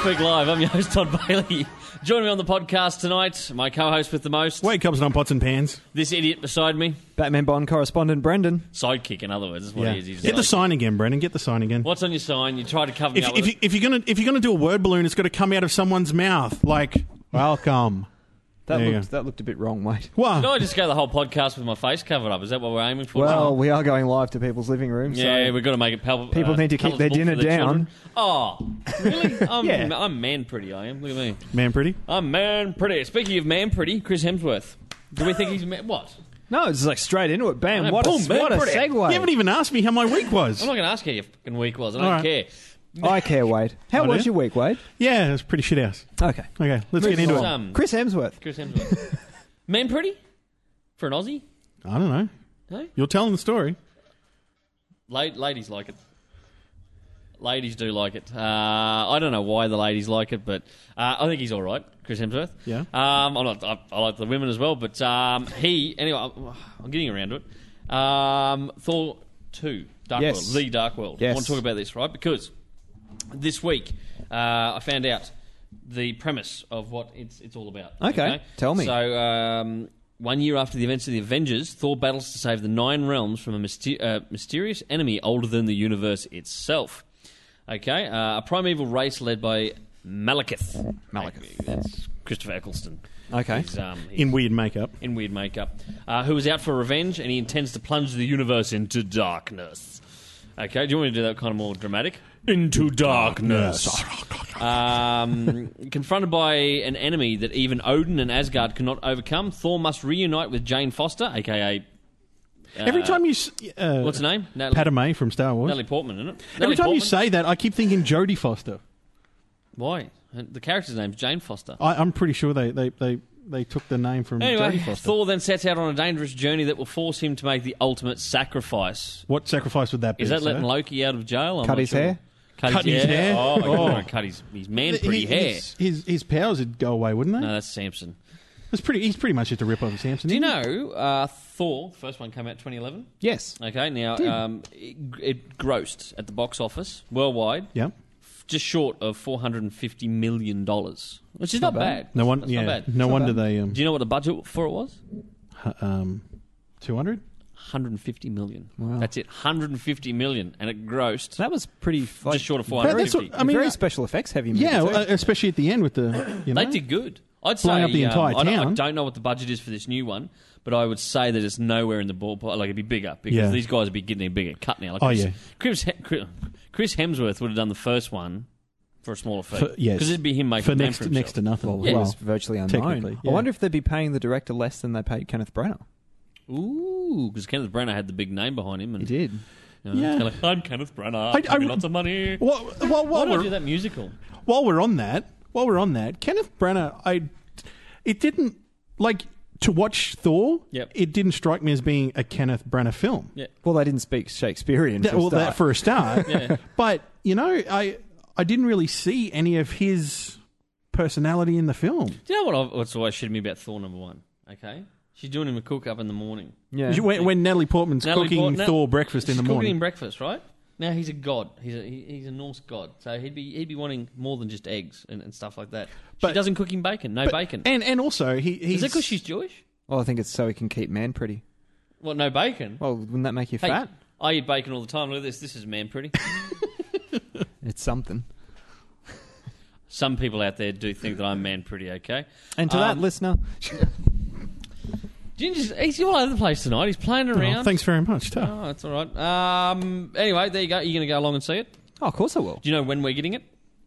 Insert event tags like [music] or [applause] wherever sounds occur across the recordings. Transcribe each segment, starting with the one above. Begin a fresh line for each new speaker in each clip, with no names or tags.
Speak Live. I'm your host, Todd Bailey. Join me on the podcast tonight, my co host with the most,
Wade Cobb's on pots and pans.
this idiot beside me,
Batman Bond correspondent Brendan.
sidekick, in other words, is what he is. He's
Get the
like,
sign again, Brendan. Get the sign again.
What's on your sign? You try to cover me
If,
up
if,
with [laughs]
you, if you're gonna if you're gonna do a word balloon, it's got to come out of someone's mouth. Like welcome.
That
There you
looked
go.
that looked a bit wrong, mate. [laughs]
What?
it. No, I just go the whole podcast with my face covered up. Is that what we're aiming for? Oh,
Well, we are going live to people's living rooms.
yeah,
so
we've got to make it uh, palpable.
People need to keep their dinner down.
Oh, really?
[laughs]
I'm,
Yeah.
I'm man pretty, I am. Look at me.
Man, pretty.
I'm man pretty. Speaking of man pretty, Chris Hemsworth. Do we think he's man? What?
no, it's like straight into it. Bam!
Yeah,
What a,
boom, boom,
what a
pretty.
segue!
You haven't even asked me how my week was.
I'm not going to ask how your fucking week was. I don't
All right.
care.
I care, Wade. How
Oh,
was
dear.
your week, Wade?
Yeah, it was pretty shit house.
Okay.
Okay, let's get into
Moving
it.
on. Um,
Chris Hemsworth.
Chris
[laughs]
Hemsworth. man pretty? For an Aussie?
I don't know.
No?
You're telling the story.
La- ladies like it. Ladies do like it. Uh, I don't know why the ladies like it, but uh, I think he's all right, Chris Hemsworth.
Yeah.
Um, I'm not, I, I like the women as well, but um, he anyway. I'm, I'm getting around to it. Um, Thor two, Dark
Yes.
World, the Dark World. I
Yes.
want to talk about this, right? Because this week uh, I found out the premise of what it's it's all about.
Okay. Tell me.
So um, one year after the events of the Avengers, Thor battles to save the Nine Realms from a myster- uh, mysterious enemy older than the universe itself. Okay, uh, a primeval race led by Malekith. Malekith. That's Christopher Eccleston.
Okay.
He's, um, he's in-,
In weird makeup.
weird makeup. Uh, who is out for revenge and he intends to plunge the universe into darkness. Okay, do you want me to do that kind of more dramatic? Into darkness. Um, confronted by an enemy that even Odin and Asgard cannot overcome, Thor must reunite with Jane Foster, aka
Every time you s- uh,
what's her name? Natalie,
Padme from Star Wars.
Natalie Portman, isn't it?
Every
Natalie
time
Portman?
you say that, I keep thinking Jodie Foster.
why the character's name's Jane Foster.
I, I'm pretty sure they, they, they, they took the name from
Anyway,
Jodie Foster.
Thor then sets out on a dangerous journey that will force him to make the ultimate sacrifice.
What sacrifice would that be?
Is that
sir?
letting Loki out of jail? I'm
Cut
not
his
sure.
hair?
Cut,
Cut his hair?
Oh, my God,
Oh.
no, cut his, his man pretty
He-
hair.
His, his, his powers would go away, wouldn't they?
No, that's Samson.
It's pretty. He's pretty much just a rip off of Samson.
Do you
isn't
know uh, Thor? First one came out 2011.
Yes.
Okay, now
Hmm.
um, it, it grossed at the box office worldwide
he? Yeah.
just short of four hundred and fifty million dollars, which is not, bad.
No one.
That's
yeah.
not bad.
No wonder
bad.
they um
Do you know what the budget for it was?
h- um two hundred.
One hundred and fifty million. That's it. One hundred and fifty million, and it grossed
That was pretty. Like,
just short of four
But
hundred and
that's
fifty.
what- I mean,
very
uh,
special effects heavy. movie
Yeah,
too.
well, uh, especially at the end with the. You know,
They did good. I'd say
Blowing up the
um,
entire
I, don't, I
town.
don't know what the budget is for this new one, but I would say that it's nowhere in the ballpark. Like it'd be bigger because
Yeah.
these guys would be getting a bigger cut now. Like
Oh,
Chris,
yeah.
Chris, He- Chris- Chris Hemsworth would have done the first one for a smaller fee.
For- yes.
because it'd be him making
for
a name
next
for himself.
next to nothing.
Well,
Yeah.
he
Well,
was virtually
technically,
unknown.
yeah.
I wonder if they'd be paying the director less than they paid Kenneth Branagh.
Ooh, because Kenneth Branagh had the big name behind him, and
He did.
you know, it's
Yeah.
kinda like, I'm Kenneth Branagh.
I-
I,
I
give me
re-
lots of money.
Well,
Why
well, while
do I do
we're
that musical?
while we're on that, while we're on that, Kenneth Branagh, I, it didn't like to watch Thor.
Yep.
It didn't strike me as being a Kenneth Branagh film.
Yeah.
Well, they didn't speak Shakespearean.
That,
for a
well, that
start.
for a
[laughs]
start.
Yeah.
But you know, I I didn't really see any of his personality in the film.
Do you know what? I, what's always shitting me about Thor number one? Okay, she's doing him a cook up in the morning.
yeah.
When, when Natalie Portman's
Natalie
cooking
Portman-
Thor breakfast in
She's
the
Cooking him
morning.
breakfast, right? Now he's a god. He's a he, he's a Norse god, so he'd be he'd be wanting more than just eggs and, and stuff like that. she
But-
doesn't cook him bacon. No
But-
bacon.
And and also he he's,
Is it because she's Jewish?
Well, I think it's so he can keep man pretty.
What? No bacon.
Well, wouldn't that make you
Hey,
fat?
I eat bacon all the time. Look at this. This is man pretty.
It's something.
Some people out there do think that I'm man pretty. Okay.
And to that
Um, [laughs]
listener,
Do you just, he's all over the place tonight. He's playing around.
Oh, thanks very much. Ta.
Oh, that's all right. Um, anyway, there you go. You're going to go along and see it.
oh, of course I will.
Do you know when we're getting it?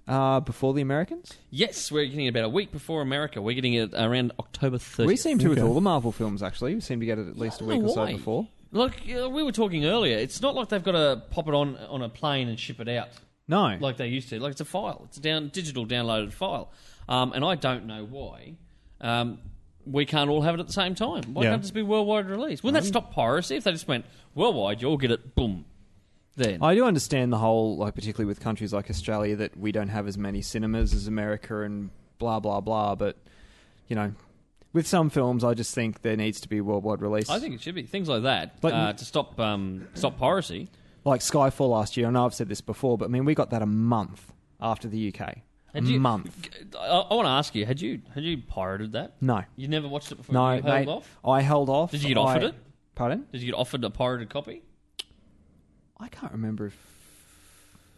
Uh, before the Americans,
Yes, we're getting it about a week before America. We're getting it around October 30th.
we seem to with
Okay.
all the Marvel films. Actually, we seem to get it at least a
I don't
week or
know
so
why.
before.
Look, uh, we were talking earlier. It's not like they've got to pop it on on a plane and ship it out
No,
like they used to. Like it's a file. It's a down digital downloaded file. Um, and I don't know why um, we can't all have it at the same time. Why
Yeah.
can't this be worldwide release? Wouldn't that stop piracy if they just went worldwide? You all get it. Boom. Then
I do understand the whole, like particularly with countries like Australia, that we don't have as many cinemas as America and blah blah blah. But you know, with some films, I just think there needs to be worldwide release.
I think it should be things like that
Like-
uh, to stop um, stop piracy.
like Skyfall last year. I know I've said this before, but I mean, we got that a month after the UK.
Had you-
month.
I, I want to ask you: Had you had you pirated that?
No,
You never watched it before.
no,
you held
mate.
off.
I held off.
Did you get offered
I-
it?
Pardon?
Did you get offered a pirated copy?
I can't remember if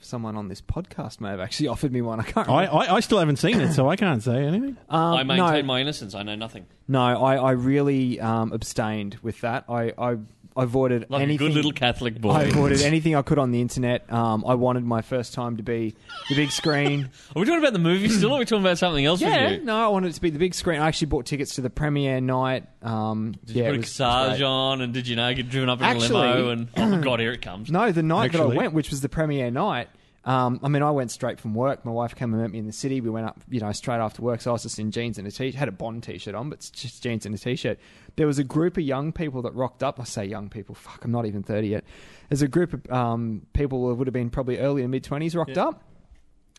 someone on this podcast may have actually [laughs] offered me one. I can't.
I,
Remember.
I, I still haven't seen it, so I can't say anything.
Um,
I maintain
no,
my innocence. I know nothing.
No, I, I really um, abstained with that. I, I, I avoided
Like
anything.
a good little Catholic boy.
I
Are
avoided anything I could on the internet. Um, I wanted my first time to be the big
[laughs]
screen.
we talking about the movie still, or are we talking about something else
yeah,
with you?
no, I wanted it to be the big screen. I actually bought tickets to the premiere night. Um,
Did
yeah,
you put a
it was- it was
cassage
great.
on, and did you know get driven up in
Actually-
a limo?
[clears throat]
And oh my god, here it comes.
No, the night that I
Actually-
went, which was the premiere night. Um, I mean, I went straight from work. My wife came and met me in the city. We went up, you know, straight after work. So I was just in jeans and a t-shirt. Had a Bond t-shirt on, but it's just jeans and a t-shirt. There was a group of young people that rocked up. I say young people. Fuck, I'm not even 30 yet. There's a group of um, people that would have been probably early to mid 20s rocked up.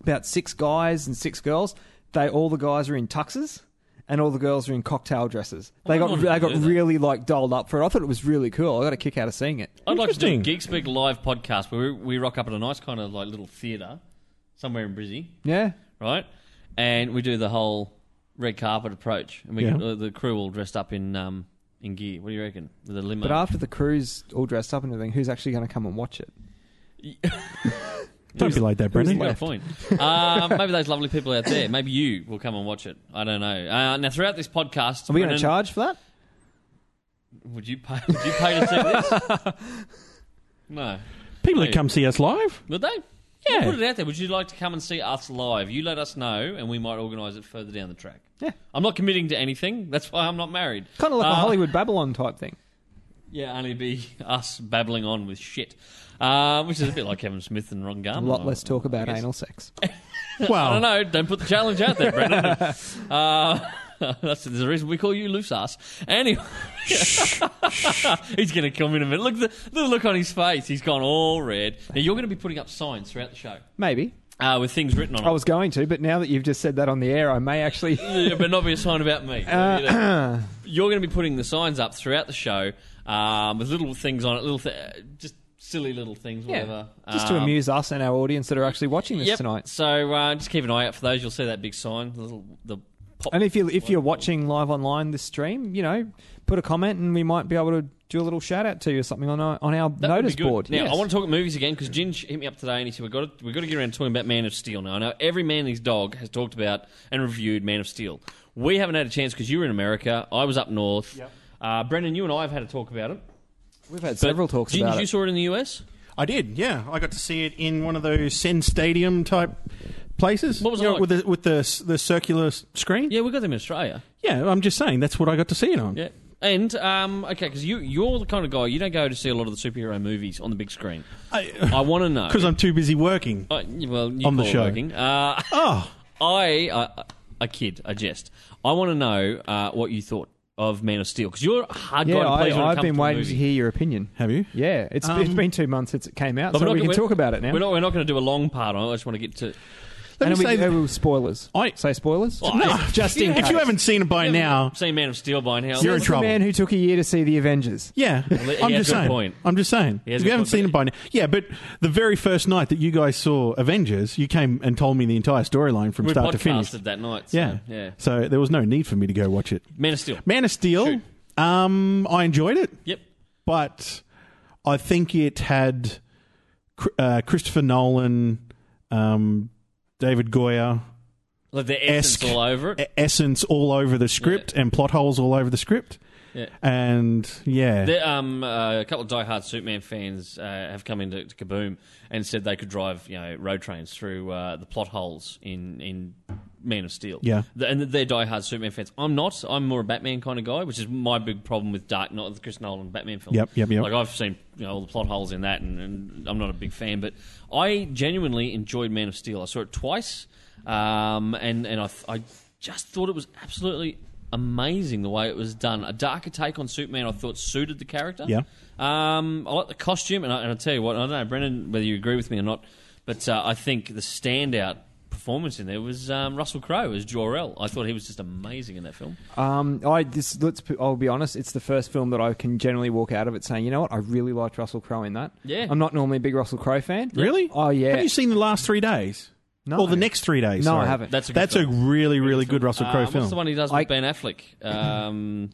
About six guys and six girls. They all the guys are in tuxes. And all the girls are in cocktail dresses. They got
wouldn't
they
want to
got
do that.
really like dolled up for it. I thought it was really cool. I got a kick out of seeing it.
I'd like to do a
Interesting.
Geek Speak live podcast where we, we rock up at a nice kind of like little theatre somewhere in Brizzy,
Yeah,
right? And we do the whole red carpet approach, and we
Yeah.
get, uh, the crew all dressed up in um in gear. What do you reckon? With a limo.
But after the crew's all dressed up and everything, who's actually going to come and watch it?
Don't be like that,
You've
Brendan.
got a point. Um, maybe those lovely people out there. Maybe you will come and watch it. I don't know. Uh, now, throughout this podcast,
Are we going to
Brennan,
charge for that?
Would you pay? Would you pay to see this?
[laughs]
no.
People that come see us live.
Would they?
Yeah.
Put it out there. Would you like to come and see us live? You let us know, and we might organise it further down the track.
Yeah.
I'm not committing to anything. That's why I'm not married.
Kind of like
Uh,
a Hollywood Babylon type thing.
Yeah, only be us babbling on with shit, uh, which is a bit like Kevin Smith and Ron
A
Garman.
lot
I-
less
I
talk about
guess.
anal sex.
[laughs] I
Oh.
don't
Well,
know. Don't put the challenge out there,
[laughs]
Brendan. uh, [laughs] that's the reason we call you loose ass. Anyway, [laughs] he's going to come in a minute. Look at the, the look on his face. He's gone all red. Now you're going to be putting up signs throughout the show
Maybe.
uh, with things written on
I
them.
was going to, but now that you've just said that on the air, I may actually.
[laughs] Yeah,
[laughs]
but not be a sign about me.
Uh.
You know. you're going to be putting the signs up throughout the show um, with little things on it, little th- just silly little things, whatever.
[clears throat] Just to
Um,
amuse us and our audience that are actually watching this
yep.
tonight.
So uh, just keep an eye out for those. You'll see that big sign, the little the pop.
And if you if you're watching live online this stream, you know, put a comment and we might be able to do a little shout out to you or something on our on
That
our
would be
notice
good.
board.
Now
Yes.
I want to talk about movies again because Ginge hit me up today and he said we've got to we've got to get around to talking about Man of Steel now. I know every man and his dog has talked about and reviewed Man of Steel. We haven't had a chance because you were in America. I was up north. Uh, Brendan, you and I have had a talk about it.
We've had
But
several talks
Ginge,
about
you
it.
saw it in the US.
I did. Yeah, I got to see it in one of those Sen Stadium type places.
What was it
You know,
like?
with the with the s- the circular s- screen?
Yeah, we got them in Australia.
Yeah, I'm just saying that's what I got to see it on.
Yeah. And um, okay, because you you're the kind of guy you don't go to see a lot of the superhero movies on the big screen.
Because
I want to know
I'm too busy working.
I- Oh, well you
On the
call it
show.
working. Uh,
Oh,
[laughs] I uh, a kid, I jest. I want to know uh, what you thought of Man of Steel because you're a hard
Yeah,
guy to please. when it
I, I've
comes
been
to a
waiting
movie.
to hear your opinion.
have you?
Yeah, it's, it's
Um,
been two months since it came out,
But we're
so
not
we
gonna-
can talk about it now.
We're not we're not going to do a long part on it. I just want to get to.
Let me
and we,
say that-
uh, well, spoilers.
I-
say spoilers.
Oh, No, I-
just in
yeah.
If
case.
you haven't seen it by now,
seen Man of Steel by now.
You're in
This is
trouble.
The man who took a year to see the Avengers.
Yeah,
he
I'm
has
just
got a
saying.
point.
I'm just saying.
He has
If
got
you
a
haven't
point,
seen
but-
it by now, yeah. But the very first night that you guys saw Avengers, you came and told me the entire storyline from
we
start to finish.
podcasted that night. So,
Yeah,
yeah.
So there was no need for me to go watch it.
Man of Steel.
Man of Steel. Um, I enjoyed it,
Yep.
but I think it had Cr- uh, Christopher Nolan, um, David Goyer
Like the essence
Esque.
all over it.
e- essence all over the script and plot holes all over the script.
Yeah.
And yeah,
There, um, uh, a couple of diehard Superman fans uh, have come into to Kaboom and said they could drive, you know, road trains through uh, the plot holes in in Man of Steel.
Yeah.
The- and they're diehard Superman fans. I'm not. I'm more a Batman kind of guy, which is my big problem with Dark Knight, the Chris Nolan Batman film.
Yep, yep, yep.
Like I've seen you know, all the plot holes in that, and, and I'm not a big fan. But I genuinely enjoyed Man of Steel. I saw it twice, um, and and I, th- I just thought it was absolutely amazing the way it was done. A darker take on Superman, I thought suited the character.
Yeah.
Um, I like the costume, and I, and I tell you what, I don't know, Brendan, whether you agree with me or not, but uh, I think the standout performance in there was um, Russell Crowe as Jor-El. I thought he was just amazing in that film.
Um, I this let's p- I'll be honest, it's the first film that I can generally walk out of it saying, you know what, I really liked Russell Crowe in that.
Yeah.
I'm not normally a big Russell Crowe fan.
really,
Oh yeah.
Have you seen the last three days?
No.
Or the next three days.
No, I
sorry.
haven't.
That's a good
That's a
film.
really, really good Russell
Uh,
Crowe
what's
film.
the one he does with
I-
Ben Affleck? Um,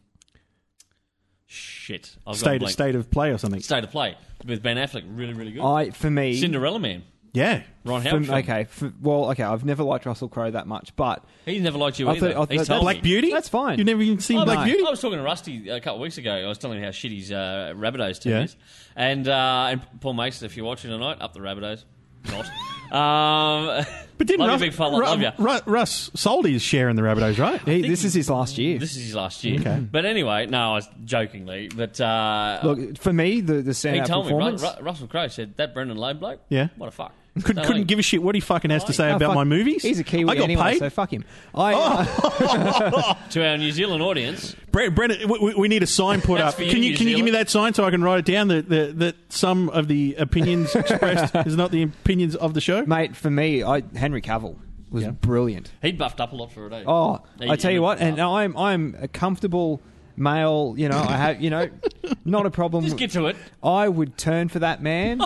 shit, I've got a
state of
blank.
state Oh, of play or something.
State of Play with Ben Affleck, really, really good.
I for me
Cinderella Man,
Yeah.
Ron
for-
Howard. film.
okay. For, well, okay. I've never liked Russell Crowe that much, but
he's never liked you
I
either.
thought- I thought
He's
that-
told
Black
me.
Beauty.
That's fine.
You've never even seen
I
Black
was-
Beauty.
I was talking to Rusty uh, a couple of weeks ago. I was telling him how shit his uh, Rabbitohs team
Yeah.
is, and uh, and Paul Mace, if you're watching tonight, up the Rabbitohs. Not. [laughs] um,
But didn't
love you,
Russ,
big fella,
Ru-
love ya.
Ru- Russ sold his share in the Rabbitohs, right?
he, this is his last year.
this is his last year. But anyway, no, I was jokingly. But uh,
Look for me, the the
he
standout
told me Ru-
performance.
Ru- Russell Crowe said that Brendan Lowe bloke.
Yeah.
what a fuck.
Could,
Don't
couldn't
like-
give a shit what he fucking has to say
Oh,
about
fuck.
my movies.
He's a Kiwi
I got
anyway,
paid.
so fuck him. I,
Oh.
uh,
to our New Zealand audience.
Bre- Brennan, we- we, we need a sign put
That's
up.
for you,
Can you,
New
can you give me
Zealand.
that sign so I can write it down that that, that some of the
[laughs]
opinions expressed is not the opinions of the show?
mate, for me, I Henry Cavill was
Yeah.
brilliant.
He buffed up a lot for a day.
Oh,
He-
I tell
he
you what,
buffed
and
up.
I'm I'm a comfortable male. You know, I have
[laughs]
you know, not a problem.
just get to it.
I would turn for
[laughs]
that man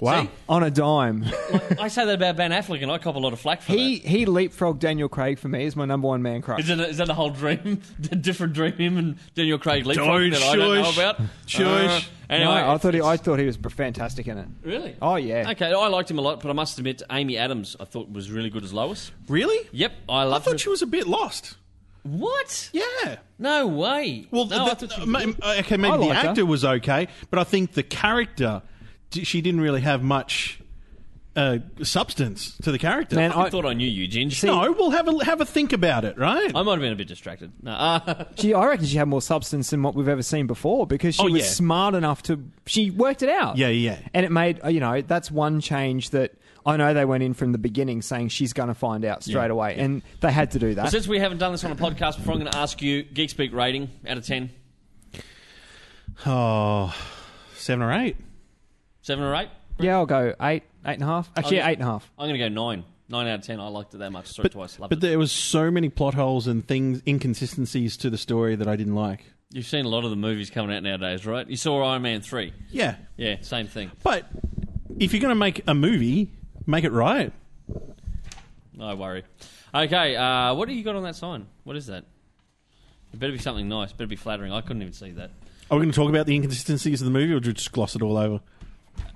Wow.
on a dime.
Like, I say that about Ben Affleck, and I cop a lot of flack for
He
he,
he leapfrogged Daniel Craig for me as my number one man crush.
that. Is that, a, is that a whole dream, [laughs] a different dream, him and Daniel Craig leapfrogging that I don't know
shush.
about?
Shush.
Uh, anyway,
No, I thought he, I thought he was fantastic in it.
really.
Oh, yeah.
Okay, I liked him a lot, but I must admit, Amy Adams, I thought was really good as Lois.
Really?
Yep, I
I
loved her.
thought she was a bit lost.
What?
Yeah.
No way.
Well,
no, I
the,
thought she was
ma- uh,
good.
okay,
I
maybe the
liked her.
actor was okay, but I think the character d- she didn't really have much uh, substance to the character.
Man,
I
I-
thought I knew you, Ginge.
no, we'll have a have a think about it, right?
I might have been a bit distracted. No, uh, [laughs]
She, I reckon she had more substance than what we've ever seen before because she
Oh,
was
yeah.
smart enough to. She worked it out.
Yeah, yeah.
And it made uh, you know that's one change that I know they went in from the beginning saying she's going to find out straight away, and they had to do that.
since we haven't done this on a podcast before, I'm going to ask you Geek Speak rating out of 10,
oh, seven or eight.
7 or 8?
yeah, I'll go eight, eight and a half. Actually,
Oh,
Okay.
eight and a half.
I'm going to go 9. 9 out of 10. I liked it that much. Saw it
But,
twice. Loved
but
it.
there was so many plot holes and things inconsistencies to the story that I didn't like.
You've seen a lot of the movies coming out nowadays, right? You saw Iron Man 3.
Yeah,
Yeah, same thing.
but if you're going to make a movie, make it right.
No worry. Okay, uh, what do you got on that sign? What is that? It better be something nice. Better be flattering. I couldn't even see that.
Are we going to talk about the inconsistencies of the movie, or do we just gloss it all over?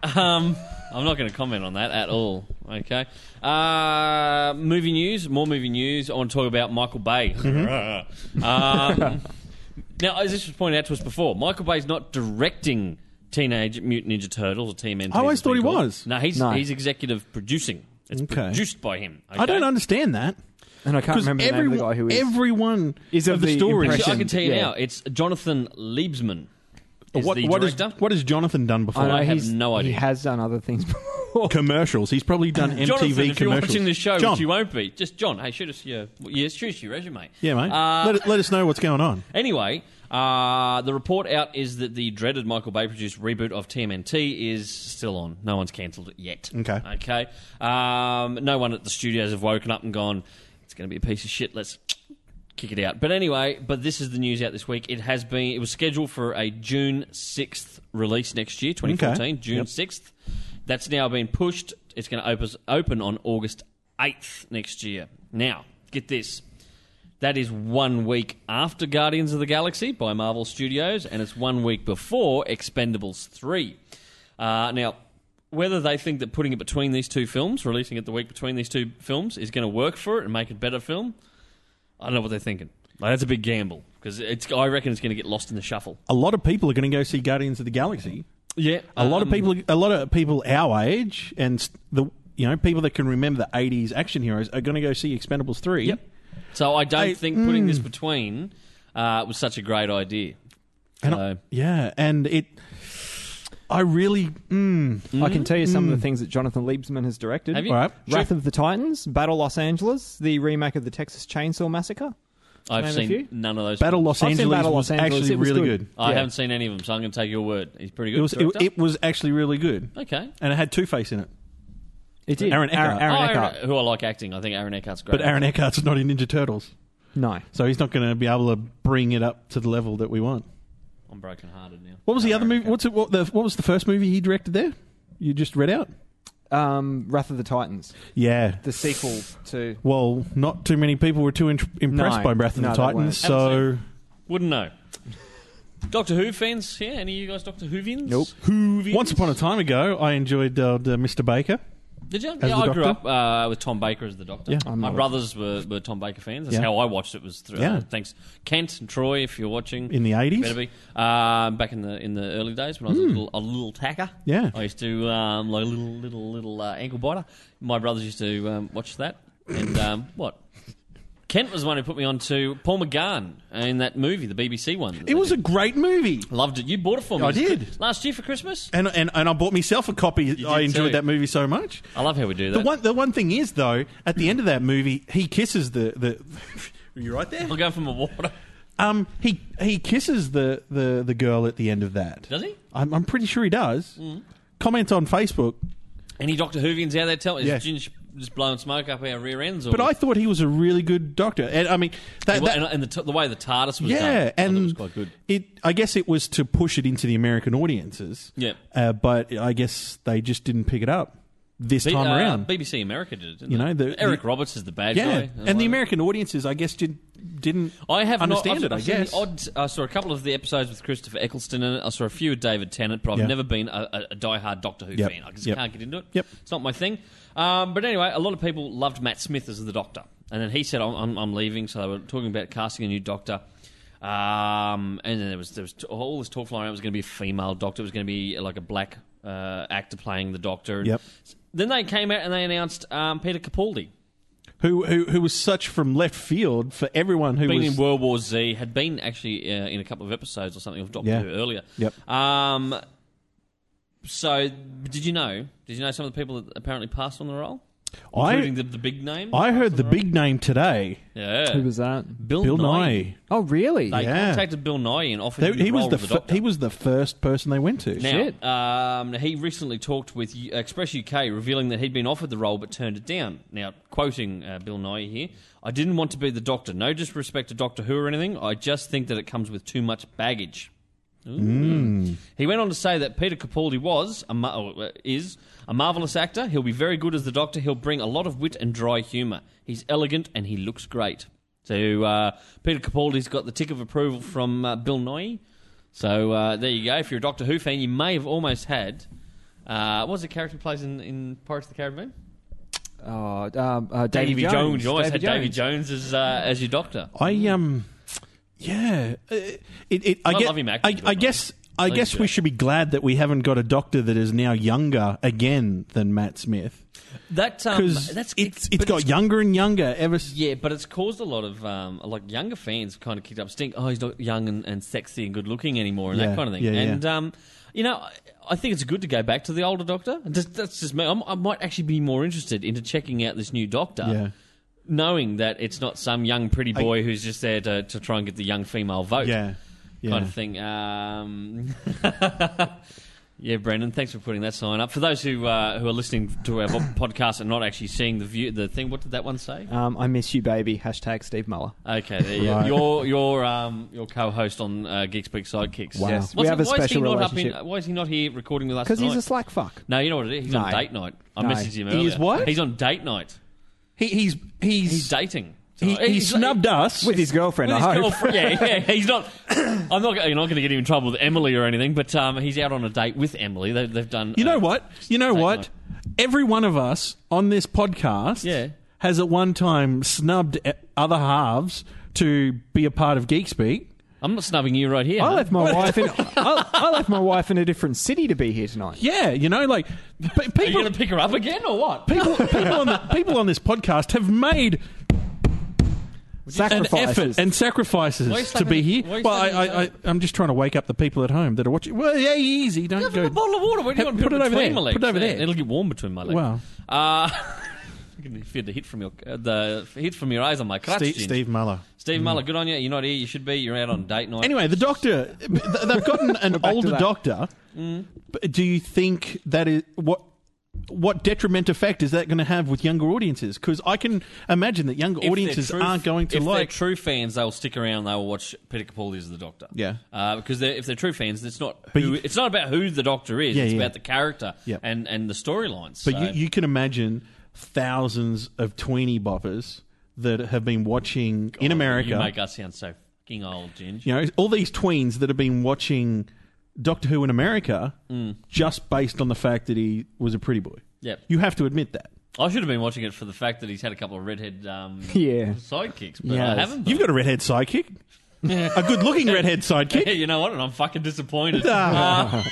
Um, I'm not going to comment on that at all. Okay. Uh, movie news. More movie news. I want to talk about Michael Bay. [laughs] um, now, as this was pointed out to us before, Michael Bay's not directing Teenage Mutant Ninja Turtles or TMNT.
Oh, I always
as it's been
thought he
called.
was.
No, he's
No.
he's executive producing. It's
Okay.
produced by him.
I don't
okay?
understand that
And I can't
because
remember the name of the guy who is.
everyone
Is
of
of
the,
the
Actually,
story.
I
impression.
can tell you
Yeah.
now. It's Jonathan Liebsman. Is
what,
the
what is-
director.
what has Jonathan done before?
I have
he's-
no idea.
He has done other things [laughs] before.
commercials. He's probably done MTV
Jonathan, if
commercials.
you're watching the show,
John,
which you won't be, just John. Hey, shoot us your yeah, shoot us your resume.
yeah, mate.
Uh,
let, let us know what's going on.
Anyway, uh, the report out is that the dreaded Michael Bay produced reboot of TMNT is still on. No one's cancelled it yet.
Okay.
Okay. Um, no one at the studios have woken up and gone, it's going to be a piece of shit. Let's kick it out. But anyway, but this is the news out this week. It has been, it was scheduled for a June 6th release next year, 2014,
Okay.
June 6th. That's now been pushed. It's going to open, open on August 8th next year. Now, get this. That is one week after Guardians of the Galaxy by Marvel Studios, and it's one week before Expendables 3. Uh, now, whether they think that putting it between these two films, releasing it the week between these two films, is going to work for it and make it a better film, I don't know what they're thinking. Like, that's a big gamble because I reckon it's going to get lost in the shuffle.
A lot of people are going to go see Guardians of the Galaxy.
Yeah,
A lot
Um,
of people, a lot of people our age, and s- the you know people that can remember the '80s action heroes are going to go see Expendables three.
Yep. So I don't
I-
think putting
hmm.
this between uh, was such a great idea.
And
So-
I- yeah, and it. I really mm,
I can tell you some of the things that Jonathan Liebsman has directed.
Have you?
all right.
Wrath of the Titans, Battle Los Angeles, the remake of the Texas Chainsaw Massacre.
I've
Name a
seen
few?
none of those.
Battle
films.
Los
I've seen
Angeles
Battle
was
Los Angeles.
actually
It was
really
good.
good.
I
Yeah.
haven't seen any of them, so I'm going to take your word. He's pretty good.
It was it,
director.
it was actually really good,
okay.
and it had Two Face in it.
It did.
Aaron Eckhart.
Aaron
Oh,
Eckhart.
Aaron- who I like acting. I think Aaron Eckhart's great.
But Aaron Eckhart's not in Ninja Turtles,
No.
so he's not going to be able to bring it up to the level that we want.
I'm broken hearted now.
What was the
No,
other
Aaron
movie? What's it, what, the, what was the first movie he directed there? You just read out.
um, Wrath of the Titans,
Yeah.
the sequel to.
Well, not too many people were too in- impressed
No.
by Wrath of
No,
the
they
Titans,
weren't.
so
Wouldn't
[laughs]
know. Doctor Who fans? Yeah, any of you guys Doctor Whovians?
Nope.
Whovians?
once upon a time ago, I enjoyed uh, the Mr. Baker.
Did you?
As
yeah,
the
I grew up
Doctor?
uh, with Tom Baker as the Doctor.
Yeah.
My brothers were, were Tom Baker fans. That's
Yeah.
how I watched it. Was through.
Yeah.
uh, thanks, Kent and Troy, if you're watching.
In the 80s?
better be. Um, back in the in the early days when I was a little a little tacker.
Hmm. Yeah.
I used to um, like a little little little uh, ankle biter. My brothers used to um, watch that. And um, [laughs] what? Kent was the one who put me on to Paul McGann in that movie, the BBC one.
It was a great movie.
loved it. You bought it for me.
I did.
last year for Christmas.
And, and, and I bought myself a copy.
did
I enjoyed
too.
that movie so much.
I love how we do that.
The one, the one thing is, though, at the end of that movie, he kisses the. the [laughs] you right there?
I'll go for my water.
Um, he he kisses the, the, the girl at the end of that.
Does he? Mm-hmm.
I'm, I'm pretty sure he does. Comment on Facebook.
Any Doctor Whovians out there tell
Yeah.
is Ginge just blowing smoke up our rear ends? Or
But I thought he was a really good doctor. And I mean, that,
and,
that,
and the, t- the way the TARDIS was done,
yeah,
I thought
and
it was quite good.
It, I guess, it was to push it into the American audiences.
Yeah.
uh, but I guess they just didn't pick it up this
B-
time
uh,
around.
BBC America did, it, didn't
You
they?
know, the-
Eric
the-
Roberts is the bad
yeah,
guy,
and the American audiences, I guess, did, didn't.
I have
understand
not, I've,
it. I
I've seen the
guess.
Odd, I saw a couple of the episodes with Christopher Eccleston in it. I saw a few with David Tennant, but I've
Yeah.
never been a, a, a diehard Doctor Who
Yep.
fan. I just
Yep.
can't get into it.
Yep.
It's not my thing. Um, but anyway, a lot of people loved Matt Smith as the Doctor, and then he said, "I'm, I'm, I'm leaving." So they were talking about casting a new Doctor. Um, and then there was there was t- all this talk flying around. It was going to be a female Doctor. It was going to be like a black uh, actor playing the Doctor.
Yep.
Then they came out and they announced um, Peter Capaldi.
who, who who was such from left field for everyone who
been
was
in World War Z, had been actually uh, in a couple of episodes or something of Doctor
Yeah.
Who earlier.
Yep.
Um, so, did you know? Did you know some of the people that apparently passed on the role, including
I
the, the big name?
I heard the big name today,
yeah,
Who was that?
Bill Nye.
Oh, really?
They
Yeah.
contacted Bill Nye and offered
They-
him the
he was
role
the,
of the
fir-
Doctor.
he was the first person they went to.
Now,
Shit.
um, he recently talked with U- Express UK, revealing that he'd been offered the role but turned it down. Now, quoting uh, Bill Nye here, I didn't want to be the Doctor. No disrespect to Doctor Who or anything. I just think that it comes with too much baggage. Ooh. He went on to say that Peter Capaldi was a ma- oh, uh, is a marvelous actor. He'll be very good as the Doctor. He'll bring a lot of wit and dry humour. He's elegant and he looks great. So uh, Peter Capaldi's got the tick of approval from uh, Bill Nye. So uh, there you go. If you're a Doctor Who fan, you may have almost had. Uh, what was the character who plays in, in Pirates of the Caribbean?
Oh, um, uh, Davy, Jones.
You almost had Davy Jones as uh, as your Doctor.
I um, yeah, uh, it. it I,
I
get-
love him
I,
acting,
I
don't
guess.
I?
I
Please
guess
do.
we should be glad that we haven't got a doctor that is now younger again than Matt Smith
That um,
because
that's
it's
but
it's got younger and younger ever. s-
Yeah, but it's caused a lot of um, like younger fans kind of kicked up stink. Oh, he's not young and, and sexy and good looking anymore, and
Yeah,
that kind of thing.
yeah, yeah.
and um, you know, I- I think it's good to go back to the older Doctor. Just, that's just me. I'm, I might actually be more interested into checking out this new Doctor,
Yeah.
knowing that it's not some young pretty
I-
boy who's just there to, to try and get the young female vote.
yeah, yeah.
Kind of thing. Um, [laughs] yeah, Brendan, thanks for putting that sign up. For those who uh, who are listening to our podcast and not actually seeing the view, the thing, what did that one say?
Um, I miss you, baby. Hashtag Steve Muller.
Okay, there you
Right.
your your um your co-host on uh, Geek Speak Sidekicks.
Wow.
Yes,
Why
we
is
have
he-
a
why is he
special
not up in-
relationship.
why is he not here recording with us?
Because he's
tonight?
a slack fuck.
no, you know what it is. He's on
No.
date night. I
No.
messaged him earlier.
He is what?
He's on date night.
He, he's he's
He's dating.
he,
tonight.
he
He's-
snubbed us.
With his girlfriend,
with his
I hope.
girlfriend. yeah,
[laughs]
yeah. He's not. I'm not. You're not going to get him in trouble with Emily or anything. But um, he's out on a date with Emily. They, they've done.
you
uh,
know what? You know
Take
what?
note.
Every one of us on this podcast
Yeah.
has at one time snubbed e- other halves to be a part of Geek Speak.
I'm not snubbing you right here.
I
huh?
left my wife in. I, I left my wife in a different city to be here tonight.
Yeah, you know, like
[laughs]
pe-
Are you
people
going to pick her up again or what?
[laughs] people people on the, people on this podcast have made an effort and
Sacrifices.
Why are you
sacrifices to
slapping-
be here.
why are you
Well, I,
slapping
I, I I'm just trying to wake up the people at home that are watching. Well, yeah, easy, don't
Have
go.
a bottle of water. Where do you
Hey,
want to
put
put,
it over
between
there.
my legs?
Put it over there.
It'll get warm between my legs.
Wow.
Uh, [laughs] I'm gonna feel the hit from your uh, the hit from your eyes on my crutch.
Steve,
Ginge.
Steve Muller.
Steve Muller, good on you. You're not here. You should be. You're out on date night.
Anyway, the doctor, th-
[laughs]
they've gotten an
back to Mm.
older
that.
doctor. But do you think that is what? what detriment effect is that going to have with younger audiences? Because I can imagine that younger
If
audiences
they're
aren't going to
if
like.
they're true fans, they'll stick around. They'll watch Peter Capaldi's The Doctor.
Yeah.
uh, because they're, if they're true fans, it's not
But
who,
you-
it's not about who the Doctor is.
Yeah,
it's
yeah.
about the character
Yeah.
and and the storylines.
but
so.
you, you can imagine thousands of tweeny boppers that have been watching in
Oh,
America.
you make us sound so fucking old, Ginge.
you know, all these tweens that have been watching Doctor Who in America just based on the fact that he was a pretty boy.
Mm. Yep.
You have to admit that.
I should have been watching it for the fact that he's had a couple of redhead
[laughs]
um,
Yeah.
sidekicks, but
Yeah.
I haven't.
You've got a redhead sidekick. a good looking redhead
yeah,
sidekick.
you know what? And I'm fucking
[laughs]
disappointed. Uh,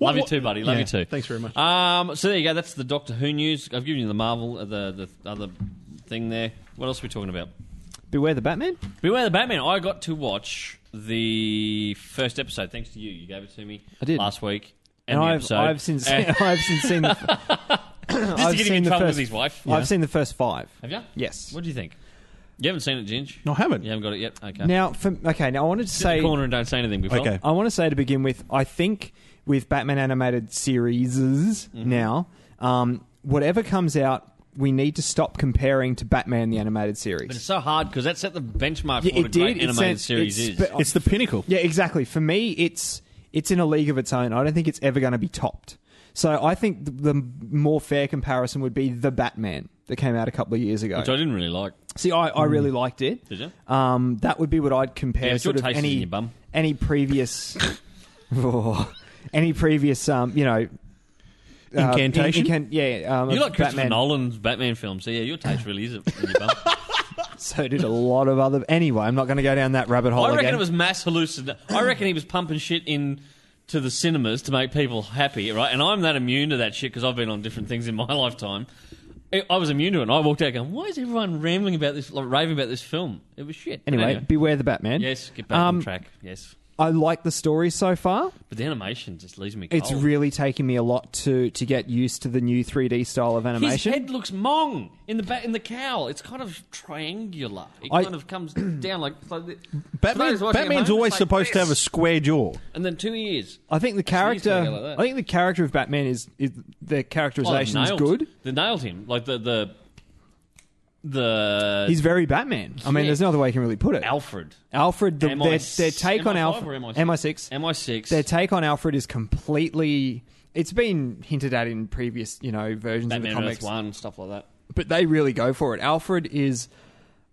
[laughs] Love you
what-
too, buddy. Love
Yeah,
you too.
Thanks very much.
Um, so there you go. That's the Doctor Who news. I've given you the Marvel, uh, the the other thing there. What else are we talking about?
Beware the Batman.
Beware the Batman. I got to watch the first episode. Thanks to you, you gave it to me.
I did.
last week.
And
the
I've,
episode.
I've
[laughs]
since
And-
I've since seen the.
This is
I've
getting
seen
in
the
trouble
first-
with his wife.
I've seen the first five.
Have you?
Yes.
What do you think? You haven't seen it, Ginge.
no, I haven't.
You haven't got it yet. Okay.
Now, for, okay. Now I wanted to
Sit in
say
the corner and don't say anything. Before.
Okay.
I want to say to begin with, I think with Batman animated series
Mm-hmm.
now, um, whatever comes out, we need to stop comparing to Batman the animated series.
But it's so hard because that set the benchmark for what
Yeah,
a
it
great
did. It
animated
said-
series
it's
is.
spe-
It's the pinnacle.
Yeah, exactly. For me, it's it's in a league of its own. I don't think it's ever going to be topped. So I think the, the more fair comparison would be the Batman that came out a couple of years ago.
which I didn't really like.
See, I, I really liked it.
Did you?
Um, that would be what I'd compare.
Yeah, it's your
sort of
taste is in
any
your bum.
any previous, [laughs] Oh, any previous, um, you know, uh,
Incantation?
incan- yeah, um,
You
of
like Christopher
Batman.
Nolan's Batman film, so yeah, your taste really is. in your bum.
[laughs] So did a lot of other. Anyway, I'm not going to go down that rabbit hole.
I reckon
again.
it was mass hallucination. I reckon he was pumping shit in to the cinemas to make people happy, right? And I'm that immune to that shit because I've been on different things in my [laughs] lifetime. I I was immune to it, and I walked out going, "Why is everyone rambling about this, like, raving about this film? It was shit."
Anyway, beware the Batman.
yes, get back
Um,
on track. Yes,
I like the story so far.
but the animation just leaves me. Cold.
It's really taking me a lot to to get used to the new 3D style of
His
animation.
head looks mong in the back in the cowl. It's kind of triangular. It
I-
kind of comes [clears throat] down like, it's like thi- For
Batman,
those watching at
Batman's
home,
always
it's like
supposed to
this.
have a square jaw.
and then two ears.
I think the
needs to
character.
go like that.
I think the character of Batman is, is the
Oh, they've
characterization is
nailed-
good.
They nailed him. Like the the the
He's very Batman. I mean,
Yeah.
there's no other way you can really put it.
Alfred.
Alfred, the, their,
MI6
their take on
MI5
Alfred,
or MI6?
MI6,
MI6.
their take on Alfred is completely. It's been hinted at in previous, you know, versions
Batman
of the
Earth
comics,
One stuff like that.
but they really go for it. Alfred is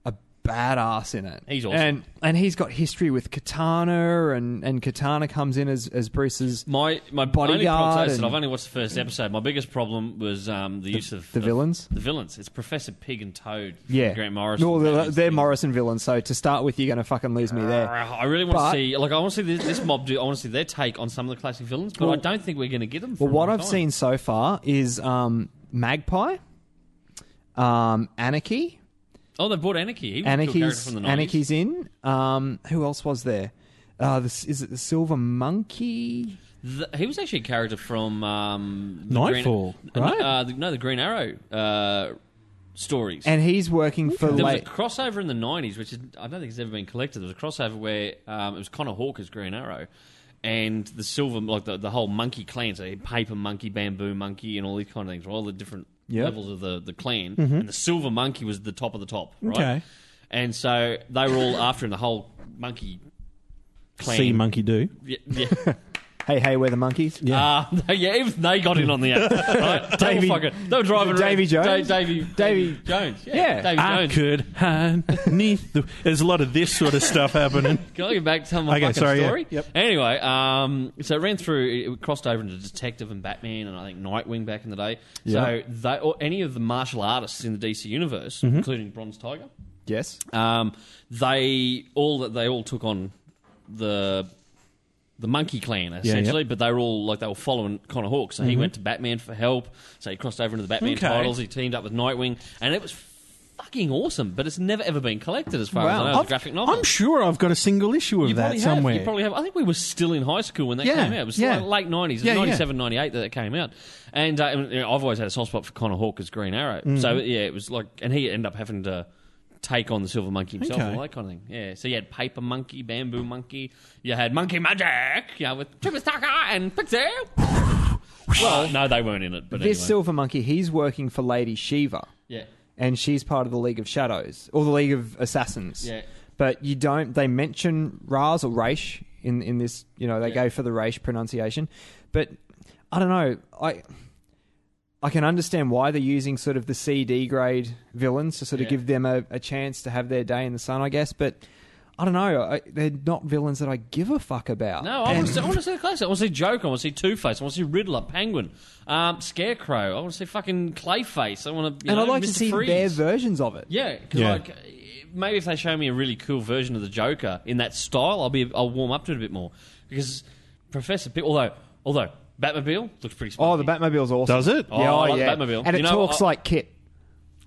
a badass in it.
He's awesome.
and and he's got history with Katana, and and Katana comes in as as Bruce's
My my only
Bodyguard
problem is that
and-
I've only watched the first episode. My biggest problem was um, the, use of
the
of-
villains?
The villains. It's Professor Pig and Toad. from
yeah
Grant Morrison.
No, they're,
Batman's
they're
thing.
Morrison villains. So to start with, you're going to fucking lose me there.
I really want
But-
to see, like, I want to see this, this mob do. I want to see their take on some of the classic villains, but I
Well-
don't think we're going to get them. For
Well,
a
what
long
I've
time.
seen so far is um, Magpie, um, Anarchy.
oh, they brought Anarchy. He was a cool character
Anarchy's,
from the 90s.
Anarchy's in. Um, who else was there? Uh, this, is it the Silver Monkey?
The, he was actually a character from um, the
Nightfall,
Green,
right?
Uh, the, no, the Green Arrow uh, stories.
And he's working for
there was a
late.
crossover in the '90s, which is, I don't think it's ever been collected. There was a crossover where um, it was Connor Hawke as Green Arrow, and the Silver, like the, the whole monkey clan, so he had paper monkey, bamboo monkey, and all these kind of things, all the different
Yep. Mm-hmm.
levels of the the clan. And the Silver Monkey was the top of the top, right?
Okay.
And so they were all after him. The whole monkey clan.
See, monkey do.
Yeah, yeah.
[laughs] Hey, hey, we're the monkeys.
Uh, [laughs] yeah, even they got in on the act. Right? Davey,
Davy-
they, were fucking, they were driving
Davy
around.
Jones?
Da- Davy, Davy Jones. Yeah,
Yeah. Ah,
Davy
I
Jones.
could hide neath the- There's a lot of this sort of
[laughs]
stuff happening.
Can I get back to tell my
Okay,
fucking
sorry, yeah.
story?
Yep.
Anyway, um, so it ran through. It crossed over into Detective and Batman, and I think Nightwing back in the day.
Yeah. Mm-hmm.
So they, or any of the martial artists in the DC universe, including Bronze Tiger,
Yes.
um, they all that they all took on the the monkey clan essentially, but they were all like they were following Connor Hawke. So he went to Batman for help. So he crossed over into the Batman
Mm-hmm. Okay.
titles. He teamed up with Nightwing, and it was fucking awesome. But it's never ever been collected as far as
Wow.
I know. as a
I've-
graphic novel.
I'm sure I've got a single issue of
You
that
probably
somewhere.
Have. You probably have. I think we were still in high school when that
Yeah,
came out. It was
yeah.
like late 90s,
Yeah, yeah.
97, 98 that it came out. And uh, and, you know, I've always had a soft spot for Connor Hawke as Green Arrow.
Mm-hmm.
So, yeah, it was like, and he ended up having to take on the Silver Monkey himself
Okay.
and all that kind of thing. Yeah, so you had Paper Monkey, Bamboo Monkey, you had Monkey Magic, you know, with Triple Stalker and Pixie. [laughs] Well, no, they weren't in it. But
this
anyway.
silver monkey, he's working for Lady Shiva,
yeah,
and she's part of the League of Shadows or the League of Assassins.
Yeah.
But you don't. They mention Raz or Raish in in this. You know, they
Yeah.
go for the Raish pronunciation, but I don't know. I I can understand why they're using sort of the CD grade villains to sort of
Yeah.
give them a, a chance to have their day in the sun, I guess. But I don't know. I, they're not villains that I give a fuck about.
no, I
And-
want, to see, I want to see the classic. I want to see Joker. I want to see Two Face. I want to see Riddler, Penguin, um, Scarecrow. I want to see fucking Clayface. I want to. You
and
know,
I'd like
Mr.
to see
Freeze.
their versions of it.
Yeah, because
Yeah.
like maybe if they show me a really cool version of the Joker in that style, I'll be I'll warm up to it a bit more because Professor Pip. Although although Batmobile looks pretty. Spunky.
Oh, the Batmobile's awesome.
Does it?
Oh,
yeah, oh,
I like
yeah.
Batmobile.
And it
You know,
talks
I-
like Kit.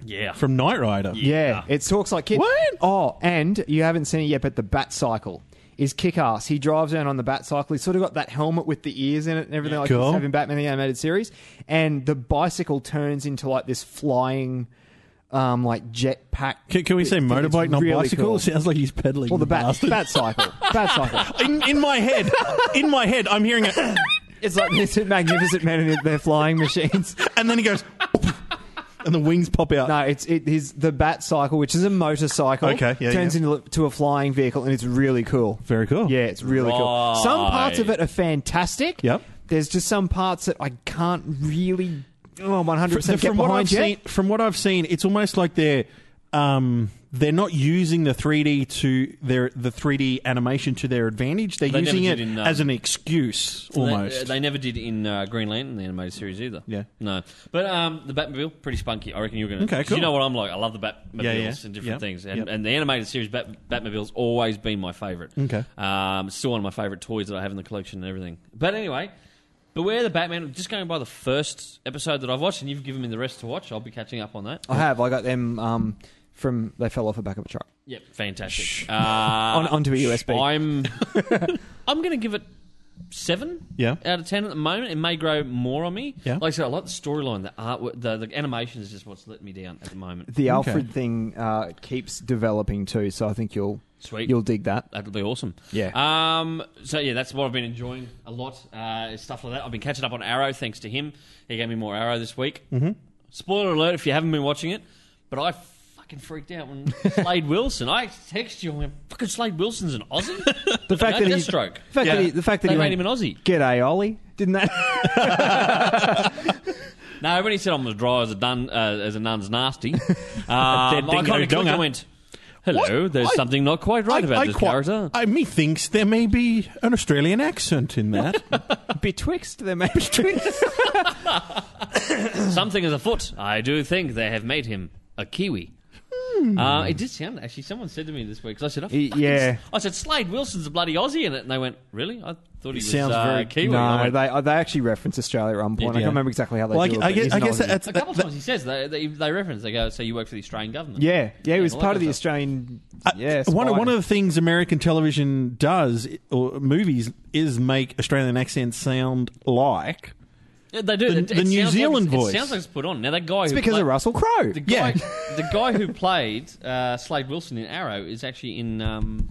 yeah
From Knight Rider.
Yeah, it talks like Kit.
What?
Oh, and you haven't seen it yet, but the Bat Cycle is kick ass. He drives down on the Bat Cycle. He's sort of got that helmet with the ears in it and everything like
Cool.
this, having Batman the animated series. And the bicycle turns into like this flying, um, like jet pack.
Can, can we say
thing. It's
motorbike, not
really
bicycle?
cool.
Sounds like he's pedaling.
Well, the Bat,
bastard.
bat Cycle. Bat
[laughs]
Cycle.
in, in my head, in my head, I'm hearing it,
It's like this magnificent man in their flying machines.
and then he goes, [laughs] and the wings pop out.
No, it's it is the bat cycle, which is a motorcycle.
Okay, yeah,
turns
yeah.
into to a flying vehicle, and it's really cool.
Very cool.
Yeah, it's really cool. Some parts of
Right.
it are fantastic.
Yep.
There's just some parts that I can't really, oh, 100
So
percent get
from what
behind
I've
yet.
seen, from what I've seen, it's almost like they're um, they're not using the 3D to their the 3D animation to their advantage. They're
They never
using it
did in, um,
as an excuse
They- uh,
almost.
They, never did in uh, Green Lantern, the animated series, either.
Yeah.
No. But um, the Batmobile, pretty spunky. I reckon you're going to.
Okay, cool.
You know what I'm like? I love the Batmobiles
Yeah, yeah.
and different
Yep.
things. And,
Yep.
and the animated series, Bat, Batmobile's always been my favourite.
Okay.
Um, it's still one of my favourite toys that I have in the collection and everything. But anyway, Beware the Batman. Just going by the first episode that I've watched, and you've given me the rest to watch, I'll be catching up on that.
I have. I got them um, from they fell off the back of a truck
Yep. Fantastic. Uh, on,
On, onto a USB. [laughs]
I'm I'm going to give it seven.
Yeah.
Out of ten at the moment, it may grow more on me.
Yeah.
Like I said, I like the storyline, the artwork, the, the animation is just what's letting me down at the moment.
the Alfred thing uh, keeps developing too, so I think you'll
Sweet.
you'll dig that.
That'll be awesome.
Yeah.
Um. So yeah, that's what I've been enjoying a lot. Uh, is stuff like that. I've been catching up on Arrow thanks to him. He gave me more Arrow this week. Mm-hmm. Spoiler alert if you haven't been watching it, but I fucking freaked out
[laughs]
when Slade Wilson. I texted you and went, "Fucking Slade Wilson's an Aussie."
[laughs] The fact that he,
stroke.
The fact
Yeah.
that he, the fact that
They
he
made
went,
him an Aussie.
G'day, Ollie. Didn't that? [laughs]
No, when he said I'm as dry as a nun, uh, as a nun's
[laughs]
nasty, um, I
dingo
kind of clicked
donga.
and went, "Hello,
What?
there's
I-
something not quite right about this
quite-
character."
I methinks there may be an Australian accent in
[laughs]
that.
Betwixt them, betwixt.
something is afoot. I do think they have made him a Kiwi. Uh, it did sound actually. Someone said to me this week because I said, I
Y-
fucking-
Hmm. yeah.
I said Slade Wilson's a bloody Aussie in it, and they went, "Really? I thought he was
sounds
uh,
very-
Kiwi." And I
No,
went,
they uh, they actually reference Australia at one point. I
Yeah.
can't remember exactly how they
Well, I,
do it.
I
but
guess,
he's
I
an
guess
Aussie.
that's
a couple
that-
times he says they, they, they reference. They go, "So you work for the Australian government?"
yeah, yeah, he was
all that
part of
good
the
stuff.
Australian.
Uh,
yeah,
one
spy.
one of the things American television does or movies is make Australian accents sound like
Yeah, they do.
The-
It- it
the New
sounds like
Zealand
it's-
voice.
It sounds like it's put on. Now that guy
it's
who
because
played,
of Russell Crowe.
The guy,
Yeah.
[laughs] the guy who played uh, Slade Wilson in Arrow is actually in um,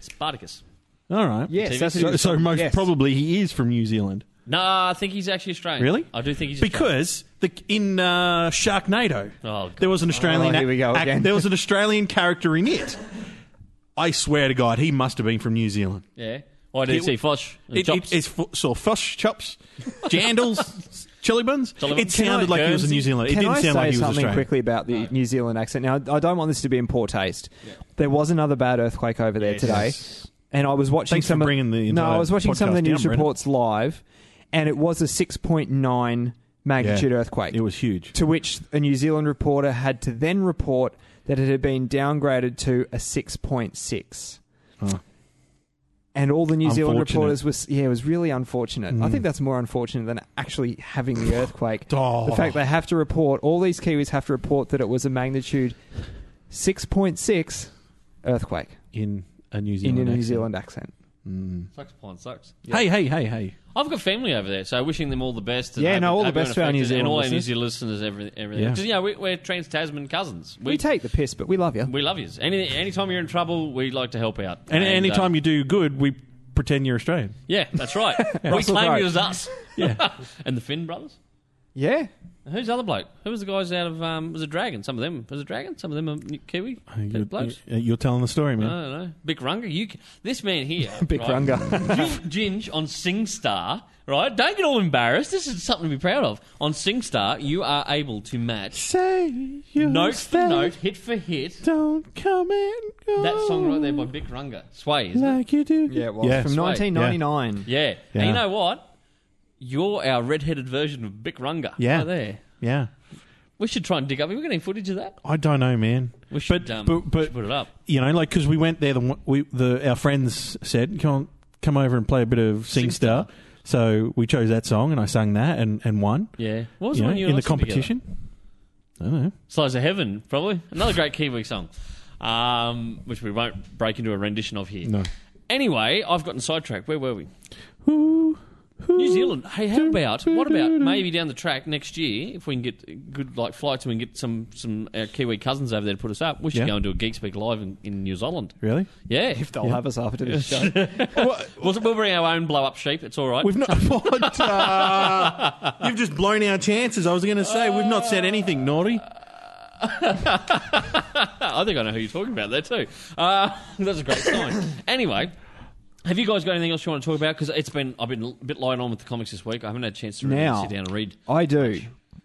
Spartacus.
all right.
Yes,
TV
that's
So,
who-
so most
yes.
probably he is from New Zealand.
No, I think he's actually Australian.
Really?
I do think he's Australian.
Because the, in uh, Sharknado,
Oh, God.
there was an Australian.
Oh, here we go
ac-
again.
there was an Australian character in it. I swear to God, he must have been from New Zealand.
yeah. Well, I do
It-
see Fosh and
It,
Chops.
it, it's fu- so fish chops, jandals, [laughs] chili buns.
Chili
It
buns.
sounded
Can I-
like he was a
Guernsey?
New Zealand. It
Can
didn't
I
sound
say
like he was
something
Australian.
quickly about the New Zealand accent? Now, I don't want this to be in poor taste. There was another bad earthquake over there today, and I was watching
Thanks for
some. of-
bringing the
no,
entire
I was watching some of the
podcast down,
news
Brendan.
reports live, and it was a six point nine magnitude earthquake.
It was huge.
to which a New Zealand reporter had to then report that it had been downgraded to a 6.6.
Huh.
And all the New Zealand
Unfortunate.
reporters was yeah, it was really unfortunate. I think that's more unfortunate than actually having the earthquake.
Oh.
The fact they have to report, all these Kiwis have to report that it was a magnitude 6.6 earthquake
in a New
in
Zealand.
a New
accent.
Zealand accent.
sucks, Pond, sucks.
Hey, hey, hey, hey.
I've got family over there, so wishing them all the best. and
Yeah,
hope-
no, all the
hope everyone
best to our New
affected and all our
Zealand
New
listeners.
Zealand listeners, everything. everything.
Yeah.
Because you know we, we're trans Tasman cousins.
We,
We
take the piss, but we love you.
we love you. Any anytime you're in trouble, we like to help out.
And,
uh,
anytime you do good, we pretend you're Australian.
Yeah, that's
[laughs]
right. we
Russell
claim
Crowe.
it as us. Yeah. [laughs] and the Finn brothers.
Yeah.
Who's the other bloke? Who was the guys out of? Um, was it Dragon? Some of them was it Dragon? Some of them are Kiwi
You're,
blokes. Uh,
you're- uh, you're telling the story,
I
man.
don't know. Bic Runga, you c- this man here,
[laughs] Bic
right? [laughs]
Runga.
You Ginge on SingStar, right? Don't get all embarrassed. This is something to be proud of. On SingStar, you are able to match
Say you
note
stay,
for note, hit for hit.
Don't come and go.
That song right there by Bic Runga, Sway, isn't it?
Like you do.
Yeah, it was.
Yes.
From
Sway.
1999.
Yeah.
Yeah.
And you know what? You're our redheaded version of Bic Runga.
Yeah.
Right there.
yeah.
We should try and dig up. Have we got any footage of that?
I don't know, man.
We should, um,
but,
we
but
should put it up.
you know, like because we went there, the one- we the our friends said, "Come on, come over and play a bit of Sing
Singstar.
Star." So we chose that song, and I sang that and and won.
Yeah. What was
you
the
know,
one you
in the
listened
competition. I don't know.
Slice of Heaven, probably. Another great Kiwi song, um, which we won't break into a rendition of here.
No.
Anyway, I've gotten sidetracked. Where were we?
Who? who-
New Zealand. Hey, how about what about maybe down the track next year if we can get good like flights and we can get some some our Kiwi cousins over there to put us up? We should
Yeah.
go and do a Geek Speak live in, in New Zealand.
Really?
Yeah,
If they'll have us after this show.
we'll, we'll bring our own blow up sheep. It's all right.
We've not. [laughs] What, uh, you've just blown our chances. I was going to say we've not said anything naughty.
I think I know who you're talking about there too. Uh, [laughs] that's a great sign. anyway, have you guys got anything else you want to talk about? Because it's been I've been a bit lying on with the comics this week. I haven't had a chance to really
Now.
sit down and read.
I do.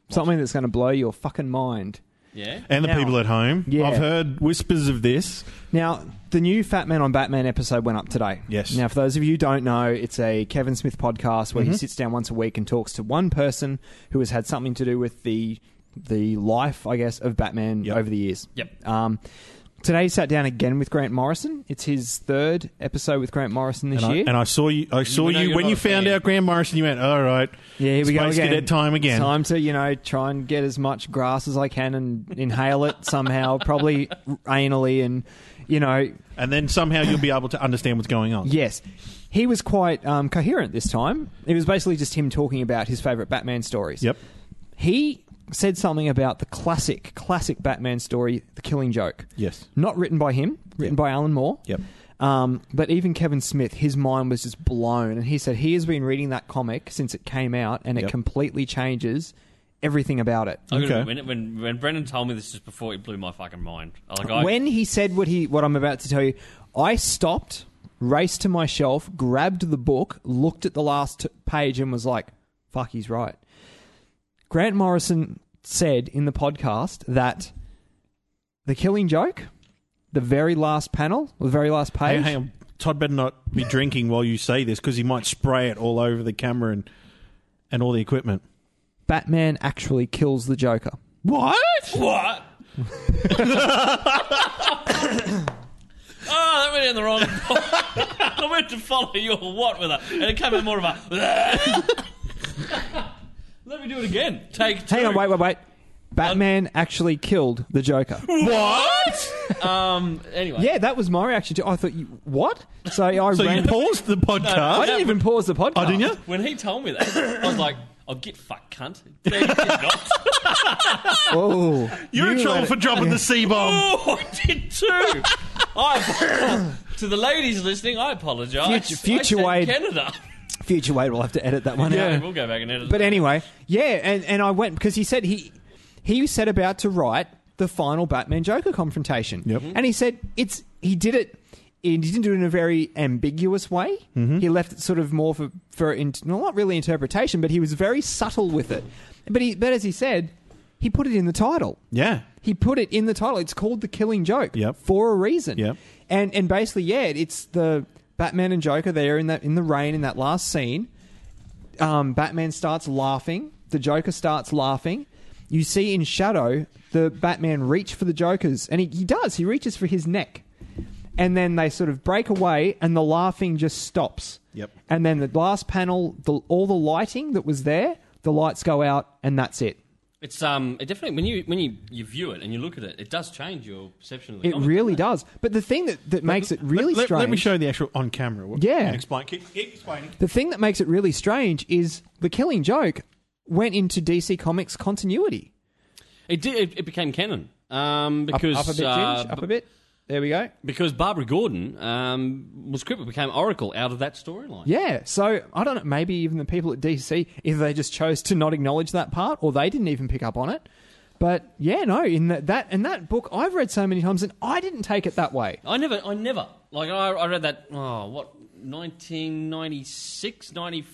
Something that's going to blow your fucking mind.
Yeah.
And the
Now-
people at home.
Yeah.
I've heard whispers of this.
Now, the new Fat Man on Batman episode went up today.
Yes.
Now, for those of you who don't know, it's a Kevin Smith podcast where
Mm-hmm.
he sits down once a week and talks to one person who has had something to do with the the life, I guess, of Batman
Yep.
over the years.
Yep.
Um, today he sat down again with Grant Morrison. It's his third episode with Grant Morrison this
And I,
year.
and I saw you. I saw
You know
you
you're
when
not
you
a
found
fan.
out Graham Morrison. You went, all right.
yeah, here we go
Space
again.
Cadet time again.
Time to you know try and get as much grass as I can and inhale it somehow, probably anally, and you know
And then somehow you'll be able to understand what's going on.
Yes. He was quite um, coherent this time. It was basically just him talking about his favourite Batman stories.
Yep.
He said something about the classic, classic Batman story, The Killing Joke.
Yes.
Not written by him, written
Yep.
by Alan Moore.
Yep.
Um, but even Kevin Smith, his mind was just blown. And he said he has been reading that comic since it came out and
Yep. Oh,
it completely changes everything about it.
I'm gonna-
Okay.
When, when when Brendan told me this just before, it blew my fucking mind. Like I,
when he said what he what I'm about to tell you, I stopped, raced to my shelf, grabbed the book, looked at the last t- page, and was like, "Fuck, he's right." Grant Morrison said in the podcast that the Killing Joke, the very last panel, the very last
Hey, um,
page.
hang on. Todd better not be drinking while you say this because he might spray it all over the camera and and all the equipment.
Batman actually kills the Joker.
What?
what? Oh, that went in the wrong. I meant to follow you or what with that, and it came out more of a. [laughs] Let me do it again. Take two.
Hang on, wait, wait,
Um,
wait. Batman actually killed
[laughs]
the Joker.
What? um. Anyway.
Yeah, that was my reaction to. I thought, you, what? So I
So
ran.
you paused the
I
podcast?
didn't even pause the podcast.
Oh, didn't you?
When he told me that, I was like, "I'll get fucked, cunt." No, you did
[laughs]
not.
Oh,
You're in
You
trouble
let
for
it-
dropping the C bomb.
Oh, I did too. I, to the ladies listening, I apologise.
Future- future
I said
Wade.
Canada.
Future Wade will have to edit that one
Yeah,
out.
we'll go back and edit.
But
that.
anyway, yeah, and, and I went because he said he he was set about to write the final Batman Joker confrontation.
Yep. Mhm.
And he said it's he did it. He didn't do it in a very ambiguous way. He left it sort of more for for in, well, not really interpretation, but he was very subtle with it. But he but as he said, he put it in the title.
Yeah.
He put it in the title. It's called The Killing Joke
Yep.
for a reason.
Yep.
And and basically, yeah, it's the Batman and Joker. They are in that in the rain in that last scene. Um, Batman starts laughing. The Joker starts laughing. You see in shadow the Batman reach for the Joker's, and he, he does. He reaches for his neck, and then they sort of break away, and the laughing just stops.
Yep.
And then the last panel, the, all the lighting that was there, the lights go out, and that's it.
It's um, it definitely when you when you, you view it and you look at it, it does change your perception of the
It
comic.
really does. But the thing that, that makes it really
let,
strange.
let me show you the actual on camera. What-
Yeah.
and Explain. Keep, keep explaining.
The thing that makes it really strange is the Killing Joke went into DC Comics continuity.
It did. It, it became canon. Um, because
up, up a bit,
uh,
Ginge, up a bit. There we go.
Because Barbara Gordon um, was quickly became Oracle out of that storyline.
Yeah, so I don't know. Maybe even the people at DC, either they just chose to not acknowledge that part, or they didn't even pick up on it. But yeah, no, in that that in that book, I've read so many times, and I didn't take it that way.
I never, I never, like, I, I read that, oh, what, 1996, 90,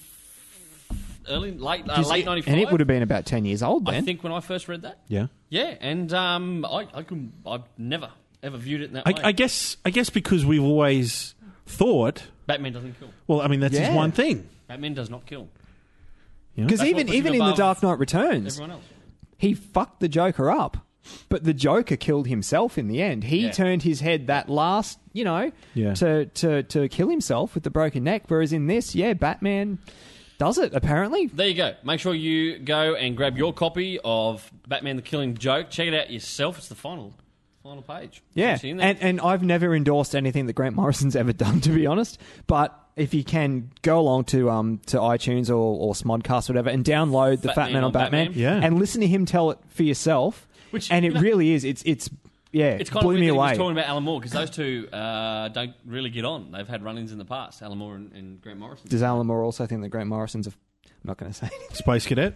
early, late, uh, late 95.
and it would have been about ten years old then.
I think when I first read that.
Yeah.
Yeah, and um, I, I can, I've never, ever viewed it in that
I,
way.
I guess I guess because we've always thought.
Batman doesn't kill.
Well, I mean that's
Yeah.
his one thing.
Batman does not kill
because
That's what
even
puts him
even in the
above
Dark Knight Returns,
everyone else.
he fucked the Joker up, but the Joker killed himself in the end. He
Yeah.
turned his head that last, you know,
Yeah.
to, to to kill himself with the broken neck. Whereas in this, yeah, Batman does it apparently.
There you go. Make sure you go and grab your copy of Batman the Killing Joke. Check it out yourself. It's the final final page.
Yeah,
It's in
and
there.
and I've never endorsed anything that Grant Morrison's [laughs] ever done, to be honest. But if you can go along to um to iTunes or or Smodcast or whatever and download the
Fat
Fat
Man
Man on
on
Batman,
Batman.
Yeah.
and listen to him tell it for yourself,
Which,
and
you
it
know-
really is. It's it's yeah,
it's
it
kind
blew
of
me
weird that he was
away.
talking about Alan Moore because those two uh, don't really get on. They've had run-ins in the past, Alan Moore and, and Grant Morrison.
Does Alan Moore also think that Grant Morrison's a? f- I'm not going to say. anything.
Space Cadet.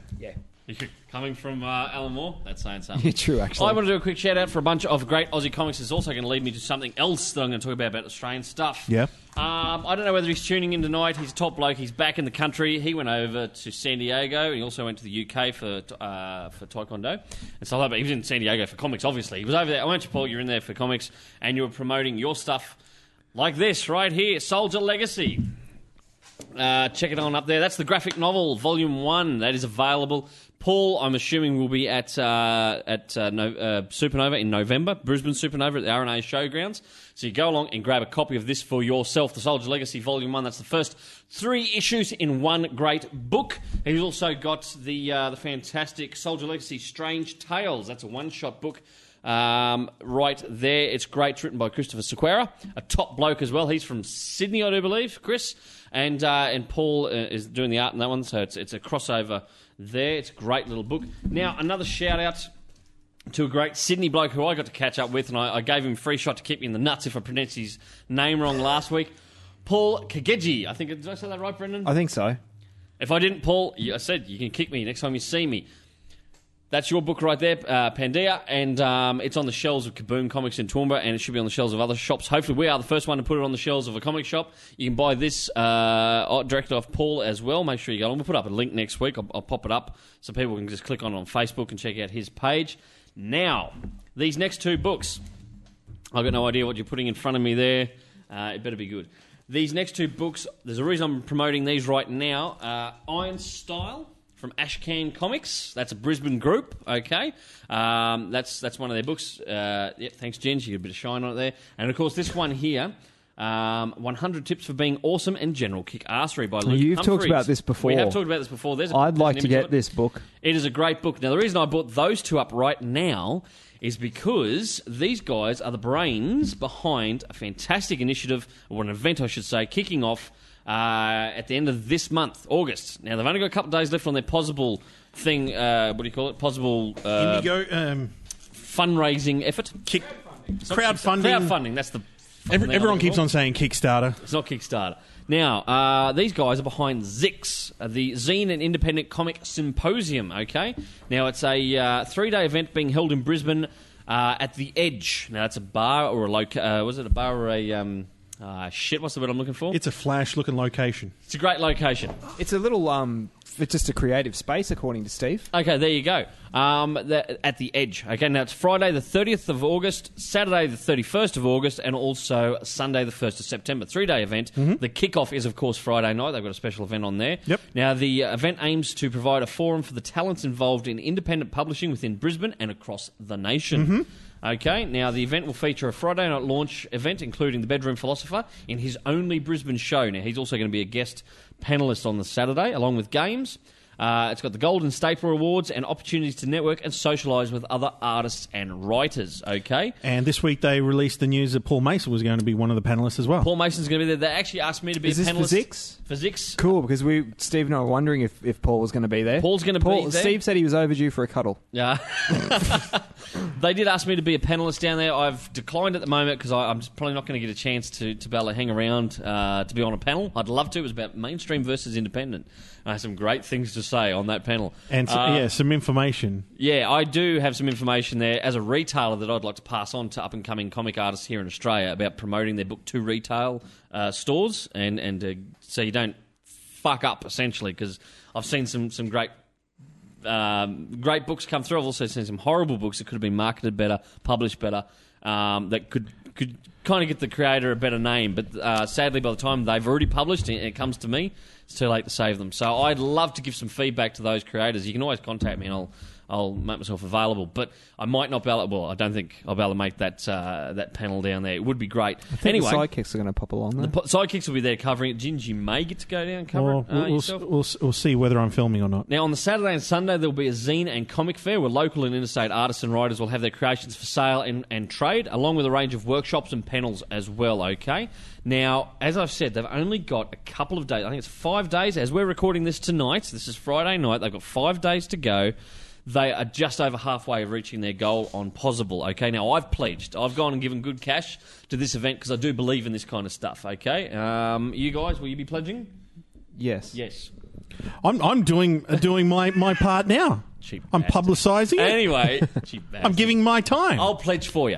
Coming from uh, Alan Moore, that's saying something.
[laughs] You're true, actually.
I want to do a quick shout out for a bunch of great Aussie comics. It's also going to lead me to something else that I'm going to talk about about Australian stuff.
Yeah.
Um, I don't know whether he's tuning in tonight. He's a top bloke. He's back in the country. He went over to San Diego. He also went to the UK for uh, for Taekwondo and stuff like that. But he was in San Diego for comics, obviously. He was over there. I went to Paul. You're in there for comics, and you were promoting your stuff like this right here, Soldier Legacy. Uh, check it on up there. That's the graphic novel, Volume One. That is available. Paul, I'm assuming, will be at uh, at uh, no, uh, Supernova in November, Brisbane Supernova at the RNA Showgrounds. So you go along and grab a copy of this for yourself, The Soldier Legacy, Volume One. That's the first three issues in one great book. He's also got the uh, the fantastic Soldier Legacy, Strange Tales. That's a one shot book. Um, right there, it's great. It's written by Christopher Sequeira, a top bloke as well. He's from Sydney, I do believe, Chris, and uh, and Paul uh, is doing the art in that one. So it's it's a crossover there. It's a great little book. Now another shout out to a great Sydney bloke who I got to catch up with, and I, I gave him a free shot to keep me in the nuts if I pronounced his name wrong last week. Paul Kageji, I think did I say that right, Brendan?
I think so.
If I didn't, Paul, you, I said you can kick me next time you see me. That's your book right there, uh, Pandia, and um, it's on the shelves of Kaboom Comics in Toowoomba, and it should be on the shelves of other shops. Hopefully, we are the first one to put it on the shelves of a comic shop. You can buy this uh, directly off Paul as well. Make sure you go on. We'll put up a link next week. I'll, I'll pop it up so people can just click on it on Facebook and check out his page. Now, these next two books. I've got no idea what you're putting in front of me there. Uh, it better be good. These next two books, there's a reason I'm promoting these right now. Uh, Iron Style from Ashcan Comics. That's a Brisbane group, okay? Um, that's, that's one of their books. Uh, yeah, thanks, Jen. She got a bit of shine on it there. And of course, this one here. Um, 100 tips for being awesome and general kick assery by Luke
You've talked
Humphries.
about this before.
We have talked about this before. There's a,
I'd
there's
like
an
to
image of
get
it.
this book.
It is a great book. Now, the reason I brought those two up right now is because these guys are the brains behind a fantastic initiative, or an event, I should say, kicking off uh, at the end of this month, August. Now, they've only got a couple of days left on their possible thing, uh, what do you call it? Possible uh,
Indigo um,
fundraising effort.
kick crowdfunding.
Crowdfunding, that's the. fucking
Every,
thing I'm
everyone
looking
keeps
for.
on saying Kickstarter.
It's not Kickstarter. Now, uh, these guys are behind Zix, uh, the Zine and Independent Comic Symposium, okay? Now, it's a uh, three day event being held in Brisbane uh, at the Edge. Now, it's a bar or a loca Uh, was it a bar or a. Um, uh, shit, what's the word I'm looking for? It's,
It's a flash-looking location.
a great location.
It's a little um, it's just a creative space, according to Steve.
Okay, there you go. Um, the, at the Edge. Okay, now it's Friday the 30th of August, Saturday the 31st of August, and also Sunday the 1st of September. Three day event. The kickoff is, of course, Friday night. They've got a special event on there.
Mm-hmm. Yep.
Now, the uh, event aims to provide a forum for the talents involved in independent publishing within Brisbane and across the nation.
Mm-hmm.
Okay, now the event will feature a Friday night launch event, including the Bedroom Philosopher in his only Brisbane show. Now, he's also going to be a guest panelist on the Saturday, along with games. Uh, it's got the Golden Stapler Awards and opportunities to network and socialise with other artists and writers. Okay,
And this week they released the news that Paul Mason was going to be one of the panelists as well.
Paul Mason's going to be there. They actually asked me to be
Is
a
this
panelist.
physics?
Physics.
Cool, because we Steve and I were wondering if, if Paul was going to be there.
Paul's gonna be
Paul-
there.
Steve said he was overdue for a cuddle.
Yeah. [laughs] They did ask me to be a panelist down there. I've declined at the moment because I'm just probably not going to get a chance to to be able to hang around uh, to be on a panel. I'd love to. It was about mainstream versus independent. I had some great things to say on that panel.
And so,
Uh,
yeah, some information.
yeah, I do have some information there as a retailer that I'd like to pass on to up and coming comic artists here in Australia about promoting their book to retail uh, stores and and uh, so you don't fuck up essentially because I've seen some some great. Um, great books come through. I've also seen some horrible books that could have been marketed better, published better, um, that could could kind of get the creator a better name. But uh, sadly, by the time they've already published it, it comes to me, it's too late to save them. So I'd love to give some feedback to those creators. You can always contact me, and I'll I'll make myself available. But I might not be able. Well, I don't think I'll be able to make that uh, that panel down there. It would be great. Anyway,
the sidekicks are going to pop along.
the po-
Though.
sidekicks will be there covering it. Ginge, you may get to go down and cover
Well,
it uh,
we'll, we'll,
yourself.
we'll, we'll see whether I'm filming or not.
Now, on the Saturday and Sunday, there'll be a zine and comic fair where local and interstate artists and writers will have their creations for sale and, and trade, along with a range of workshops and panels as well, okay? Now, as I've said, they've only got a couple of days. I think it's five days. As we're recording this tonight, this is Friday night, they've got five days to go. They are just over halfway of reaching their goal on Possible. Okay, now I've pledged. I've gone and given good cash to this event because I do believe in this kind of stuff. Okay, um, you guys, will you be pledging?
Yes.
Yes.
I'm, I'm doing uh, doing my, my part now.
Cheap
I'm
bastard.
publicising it.
Anyway, [laughs] cheap
I'm
bastard.
giving my time.
I'll pledge for you.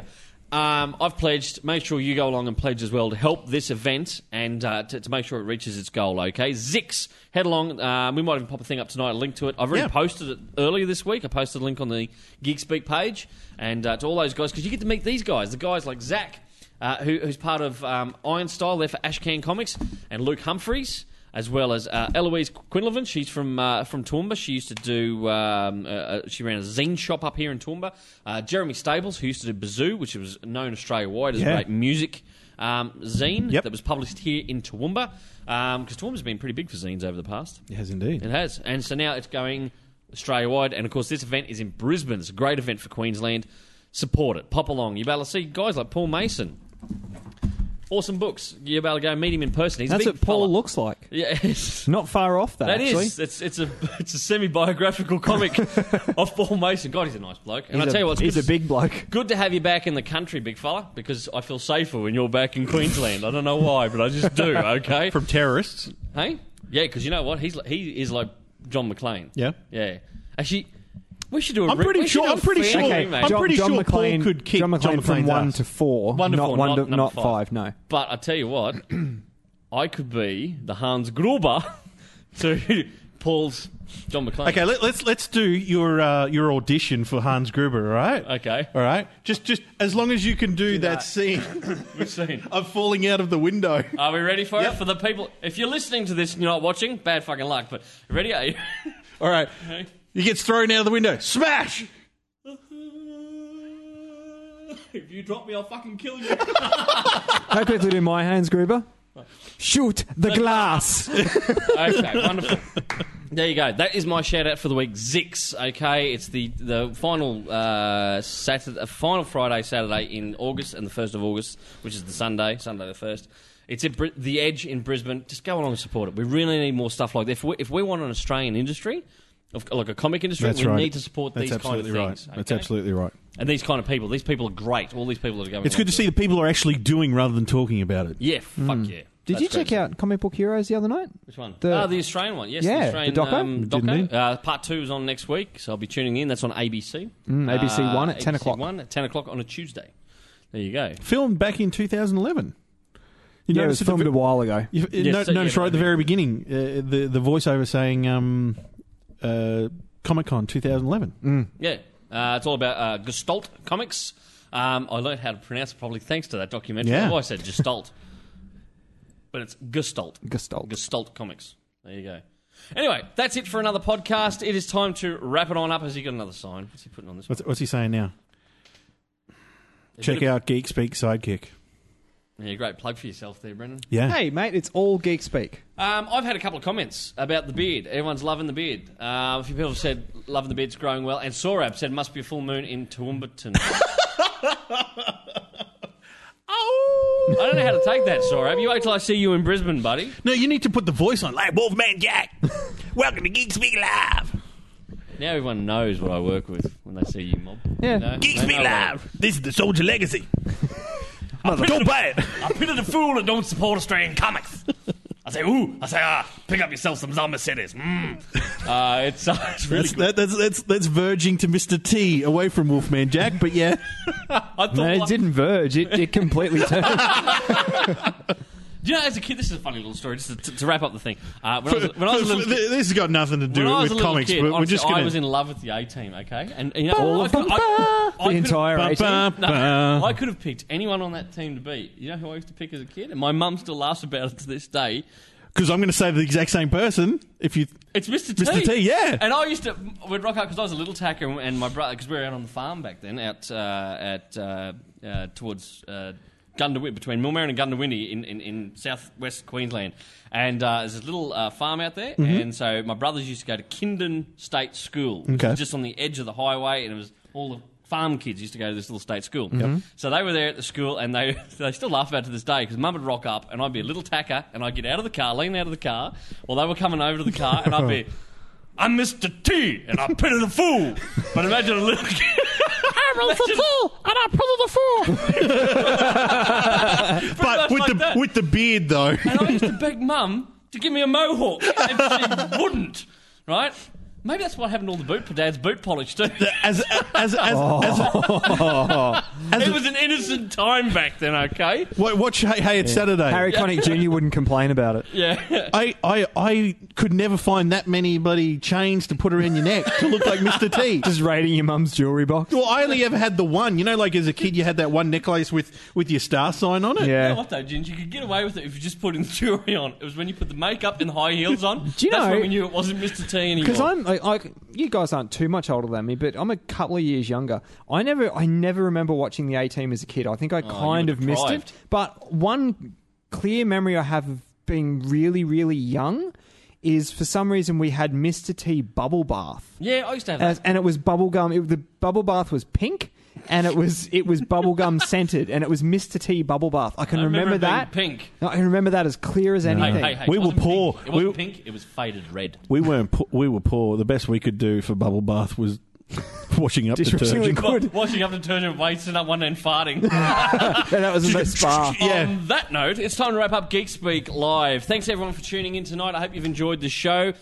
Um, I've pledged. Make sure you go along and pledge as well to help this event and uh, to, to make sure it reaches its goal. Okay, Zix, head along. Um, we might even pop a thing up tonight. A link to it. I've already
Yeah.
posted it earlier this week. I posted a link on the GeekSpeak page and uh, to all those guys because you get to meet these guys. The guys like Zach, uh, who, who's part of um, Iron Style there for Ashcan Comics, and Luke Humphreys. As well as uh, Eloise Quinlevin, she's from uh, from Toowoomba. She used to do um, uh, uh, she ran a zine shop up here in Toowoomba. Uh, Jeremy Stables, who used to do Bazoo, which was known Australia wide as a
Yeah.
great music um, zine
Yep.
that was published here in Toowoomba, because Toowoomba's been pretty big for zines over the past.
yes, indeed.
It has. And so now it's going Australia wide. And of course, this event is in Brisbane. It's a great event for Queensland. Support it. Pop along. You'll be able to see guys like Paul Mason. Awesome books. You'll be able to go meet him in person. He's
That's
a big
what Paul
fella.
looks like.
Yeah, [laughs] it's-
Not far off that.
that
actually.
is. It's, it's a it's a semi biographical
[laughs]
comic of Paul Mason. God, he's a nice bloke. And
He's
I tell
a-
you what, it's
he's
good
a
to-
big bloke.
Good to have you back in the country, big fella, because I feel safer when you're back in Queensland. I don't know why, but I just
[laughs]
do. Okay,
From terrorists.
Hey, yeah, because you know what? He's li- he is like John McClane.
Yeah.
yeah. Actually, we should do. A
I'm
re-
pretty
we should
sure-
do a
I'm pretty
fair
sure-
game,
Okay,
mate.
I'm
John,
pretty
John
sure Paul
McLean-
could kick
John McLean
John
from
McLean's
one
ass.
to four.
One to
not
four,
one
not-
to,
not
not
five.
five. No.
But I tell you what, [clears throat] I could be the Hans Gruber [laughs] to Paul's John McClane.
Okay, let, let's let's do your uh, your audition for Hans Gruber. All right.
Okay.
All right. Just just as long as you can do, that,
[laughs]
that.
scene
We've seen.
of falling out of the window.
Are we ready for
Yep.
it? For the people, if you're listening to this and you're not watching, bad fucking luck. But ready? Are you? [laughs]
All right.
Okay.
He gets thrown out of the window. Smash.
if you drop me, I'll fucking kill you.
How quickly do my hands, Gruber? Shoot the [laughs] glass.
Okay, wonderful.
[laughs]
There you go. That is my shout out for the week. Zix. Okay, it's the the final uh, Saturday, uh, final Friday, Saturday in August, and the first of August, which is the Sunday, Sunday the first. It's at Br- the Edge in Brisbane. Just go along and support it. We really need more stuff like that. If we, if we want an Australian industry, of, like a comic industry, we need to support these
That's
kind of
absolutely
things.
right. That's
okay?
absolutely right.
And these kind of people. These people are great. All these people that are going.
It's good to Mm.
along
see the people are actually doing rather than talking about it.
it. Yeah, fuck yeah.
Did
That's
you
great.
check out Comic Book Heroes the other night?
Which one?
The-
ah, the Australian one. Yes,
Yeah,
the Australian
the doco.
Um,
Didn't
doco.
he?
Uh, part two is on next week, so I'll be tuning in. That's on ABC.
Mm, ABC
Uh,
One at 10
ABC
o'clock.
One at ten o'clock on a Tuesday. There you go.
Filmed back in 2011. You
yeah, it
notice
was
at the
filmed
ve-
a while ago.
You,
Yes,
no,
so-
notice
yeah,
right at the
no,
very beginning, uh, the the voiceover saying um, uh, Comic Con 2011.
Yeah, uh, it's all about uh, Gestalt comics. Um, I learned how to pronounce it probably thanks to that documentary.
Yeah.
Oh, I said Gestalt, [laughs] but it's Gestalt.
Gestalt.
Gestalt Comics. There you go. Anyway, that's it for another podcast. It is time to wrap it on up. Has he got another sign? What's he putting on this?
What's,
one?
what's he saying now?
A
Check
bit of-
out Geek Speak Sidekick.
Yeah, great plug for yourself there, Brendan.
Yeah.
Hey, mate, it's all geek speak.
Um, I've had a couple of comments about the beard. Everyone's loving the beard. Uh, a few people said loving the beard's growing well, and Sorab said must be a full moon in Toowoomba tonight.
[laughs] Oh!
I don't know how to take that, Sorab. You wait till I see you in Brisbane, buddy.
[laughs]
No, you need to put the voice on. Like Wolfman Jack. Welcome to Geek Speak Live.
Now everyone knows what I work with when they see you mob.
Yeah.
You know?
Geeks
They
be
know that.
live. This is the
[laughs]
Soldier Legacy. don't buy it.
I pity the fool that don't support Australian comics. I say, ooh, I say, ah, pick up yourself some zombie cities. Mm. Uh, it's, uh, [laughs] it's really
That's,
good.
that, that's, that's, that's verging to Mr. T away from Wolfman Jack,
[laughs]
but yeah.
I thought,
No, it
like-
didn't verge. It, it [laughs] completely turned.
Do you know, as a kid, this is a funny little story, just to, to, to wrap up the thing. Uh, when I was, when I was a
[laughs]
little kid,
this has got nothing to do
when I was a
with
little
comics,
kid,
but we're
honestly,
just going
I was
to.
in love with the A Team, okay? And, you know,
All
I,
of them.
could- I- I
the
could-
entire
Ba-
18.
ba-
[laughs] No,
ba.
I could have picked anyone on that team to beat. You know who I used to pick as a kid? And my mum still laughs about it to this day.
Because I'm going to say the exact same person. If you,
It's Mr. T.
Mr. T, yeah.
And I used to, we'd rock out because I was a little tacker and- and my brother, because we were out on the farm back then, out uh, at uh, uh, towards uh, Gundawin, between Millmerran and Gundawindi in, in, in southwest Queensland. And uh, there's this little uh, farm out there.
Mm-hmm.
And so my brothers used to go to Kindon State School, which
Okay.
is just on the edge of the highway, and it was all the farm kids used to go to this little state school. So they were there at the school, and they [laughs] they still laugh about it to this day because mum would rock up, and I'd be a little tacker, and I'd get out of the car, lean out of the car, while they were coming over to the car, and I'd
[laughs]
be. I'm Mr. T, and I pity the fool. But imagine a little
[laughs]
kid. I'm Mr. T, and I pity the fool.
but
much
with
like
the
that.
with the
[laughs]
beard though,
And I used to beg mum to give me a mohawk, and she wouldn't. Right? Maybe that's what happened to all the boot dad's boot polish too.
as as as,
Oh.
as, as,
It was an innocent time back then, okay?
wa- watch hey, hey it's Saturday.
Harry Connick Jr. wouldn't complain about [laughs] it.
Yeah.
I, I I could never find that many bloody chains to put around your neck to look like Mr.
[laughs]
T.
Just raiding your mum's jewelry box.
Well, I only ever had the one. You know, like as a kid, you had that one necklace with with your star sign on it.
You know
Yeah.
what though, Ginge? You could get away with it if you just put in the jewelry on. It was when you put the makeup and high heels on.
Do you
that's
know-
when we knew it wasn't Mr. T anymore.
Because I'm like, like, you guys aren't too much older than me, but I'm a couple of years younger. I never, I never remember watching the A Team as a kid. I think I kind
Oh, were
of missed
deprived.
it. But one clear memory I have of being really, really young is for some reason we had Mr. T bubble bath.
Yeah, I used to have that.
as, and it was bubblegum. It, the bubble bath was pink, and it was it was
[laughs]
bubblegum scented, and it was Mr. T bubble bath. I can
I remember
remember,
it being
that
pink.
No, I can remember that as clear as
Hey,
anything.
hey, hey,
We
it
were
wasn't
poor.
Pink. It wasn't
We-
pink, it was faded red.
We weren't. Po- we were poor. The best we could do for bubble bath was [laughs] washing up
Dishwashing
detergent.
liquid. Good. [laughs]
Wa- Washing up detergent, wasting up one and farting.
Yeah, that was the best
[laughs]
spa.
Yeah.
On that note, it's time to wrap up Geek Speak Live. Thanks everyone for tuning in tonight. I hope you've enjoyed the show.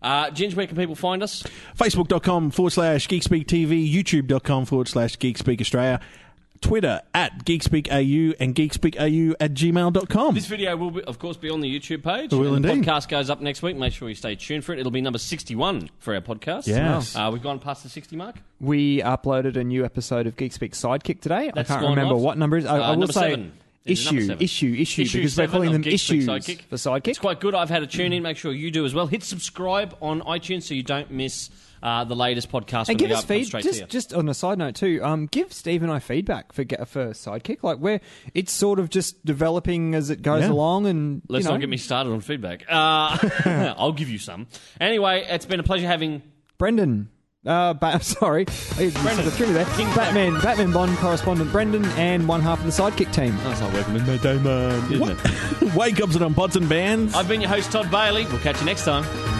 Uh, Ginge, where can people find us?
Facebook.com forward slash Geekspeak TV, YouTube.com forward slash Geekspeak Australia, Twitter at GeekspeakAU and GeekspeakAU at gmail.com.
This video will, be, of course, be on the YouTube page.
It will
And the
indeed.
podcast goes up next week. Make sure you stay tuned for it. It'll be number 61 for our podcast.
Yes.
Uh, we've gone past the 60 mark.
We uploaded a new episode of Geek Speak Sidekick today.
That's
I can't
gone
remember
live.
what number it is. I,
Uh,
I will
number
say
seven. It is number
issue,
seven.
issue,
Issue
issue, because we're
seven
calling
of
them
Geek Speak
issues
Sidekick.
for
It's
sidekick.
quite good. I've had a tune in. Make sure you do as well. Hit subscribe on iTunes so you don't miss uh, the latest podcast.
And
when
give
we
us
up- come
feed.
straight to you.
Just, just on a side note too, um, give Steve and I feedback for ge- for sidekick. Like we're it's sort of just developing as it goes
Yeah.
along, and
Let's
you know,
not get me started on feedback. Uh, [laughs] I'll give you some. Anyway, it's been a pleasure having
Brendan. Uh, ba- [laughs] sorry, Brendan. Threw me there. Batman, Batman Bond correspondent Brendan, and one half of the sidekick team.
That's not working with
What? [laughs] Wake ups and on pots and bands.
I've been your host, Todd Bailey. We'll catch you next time.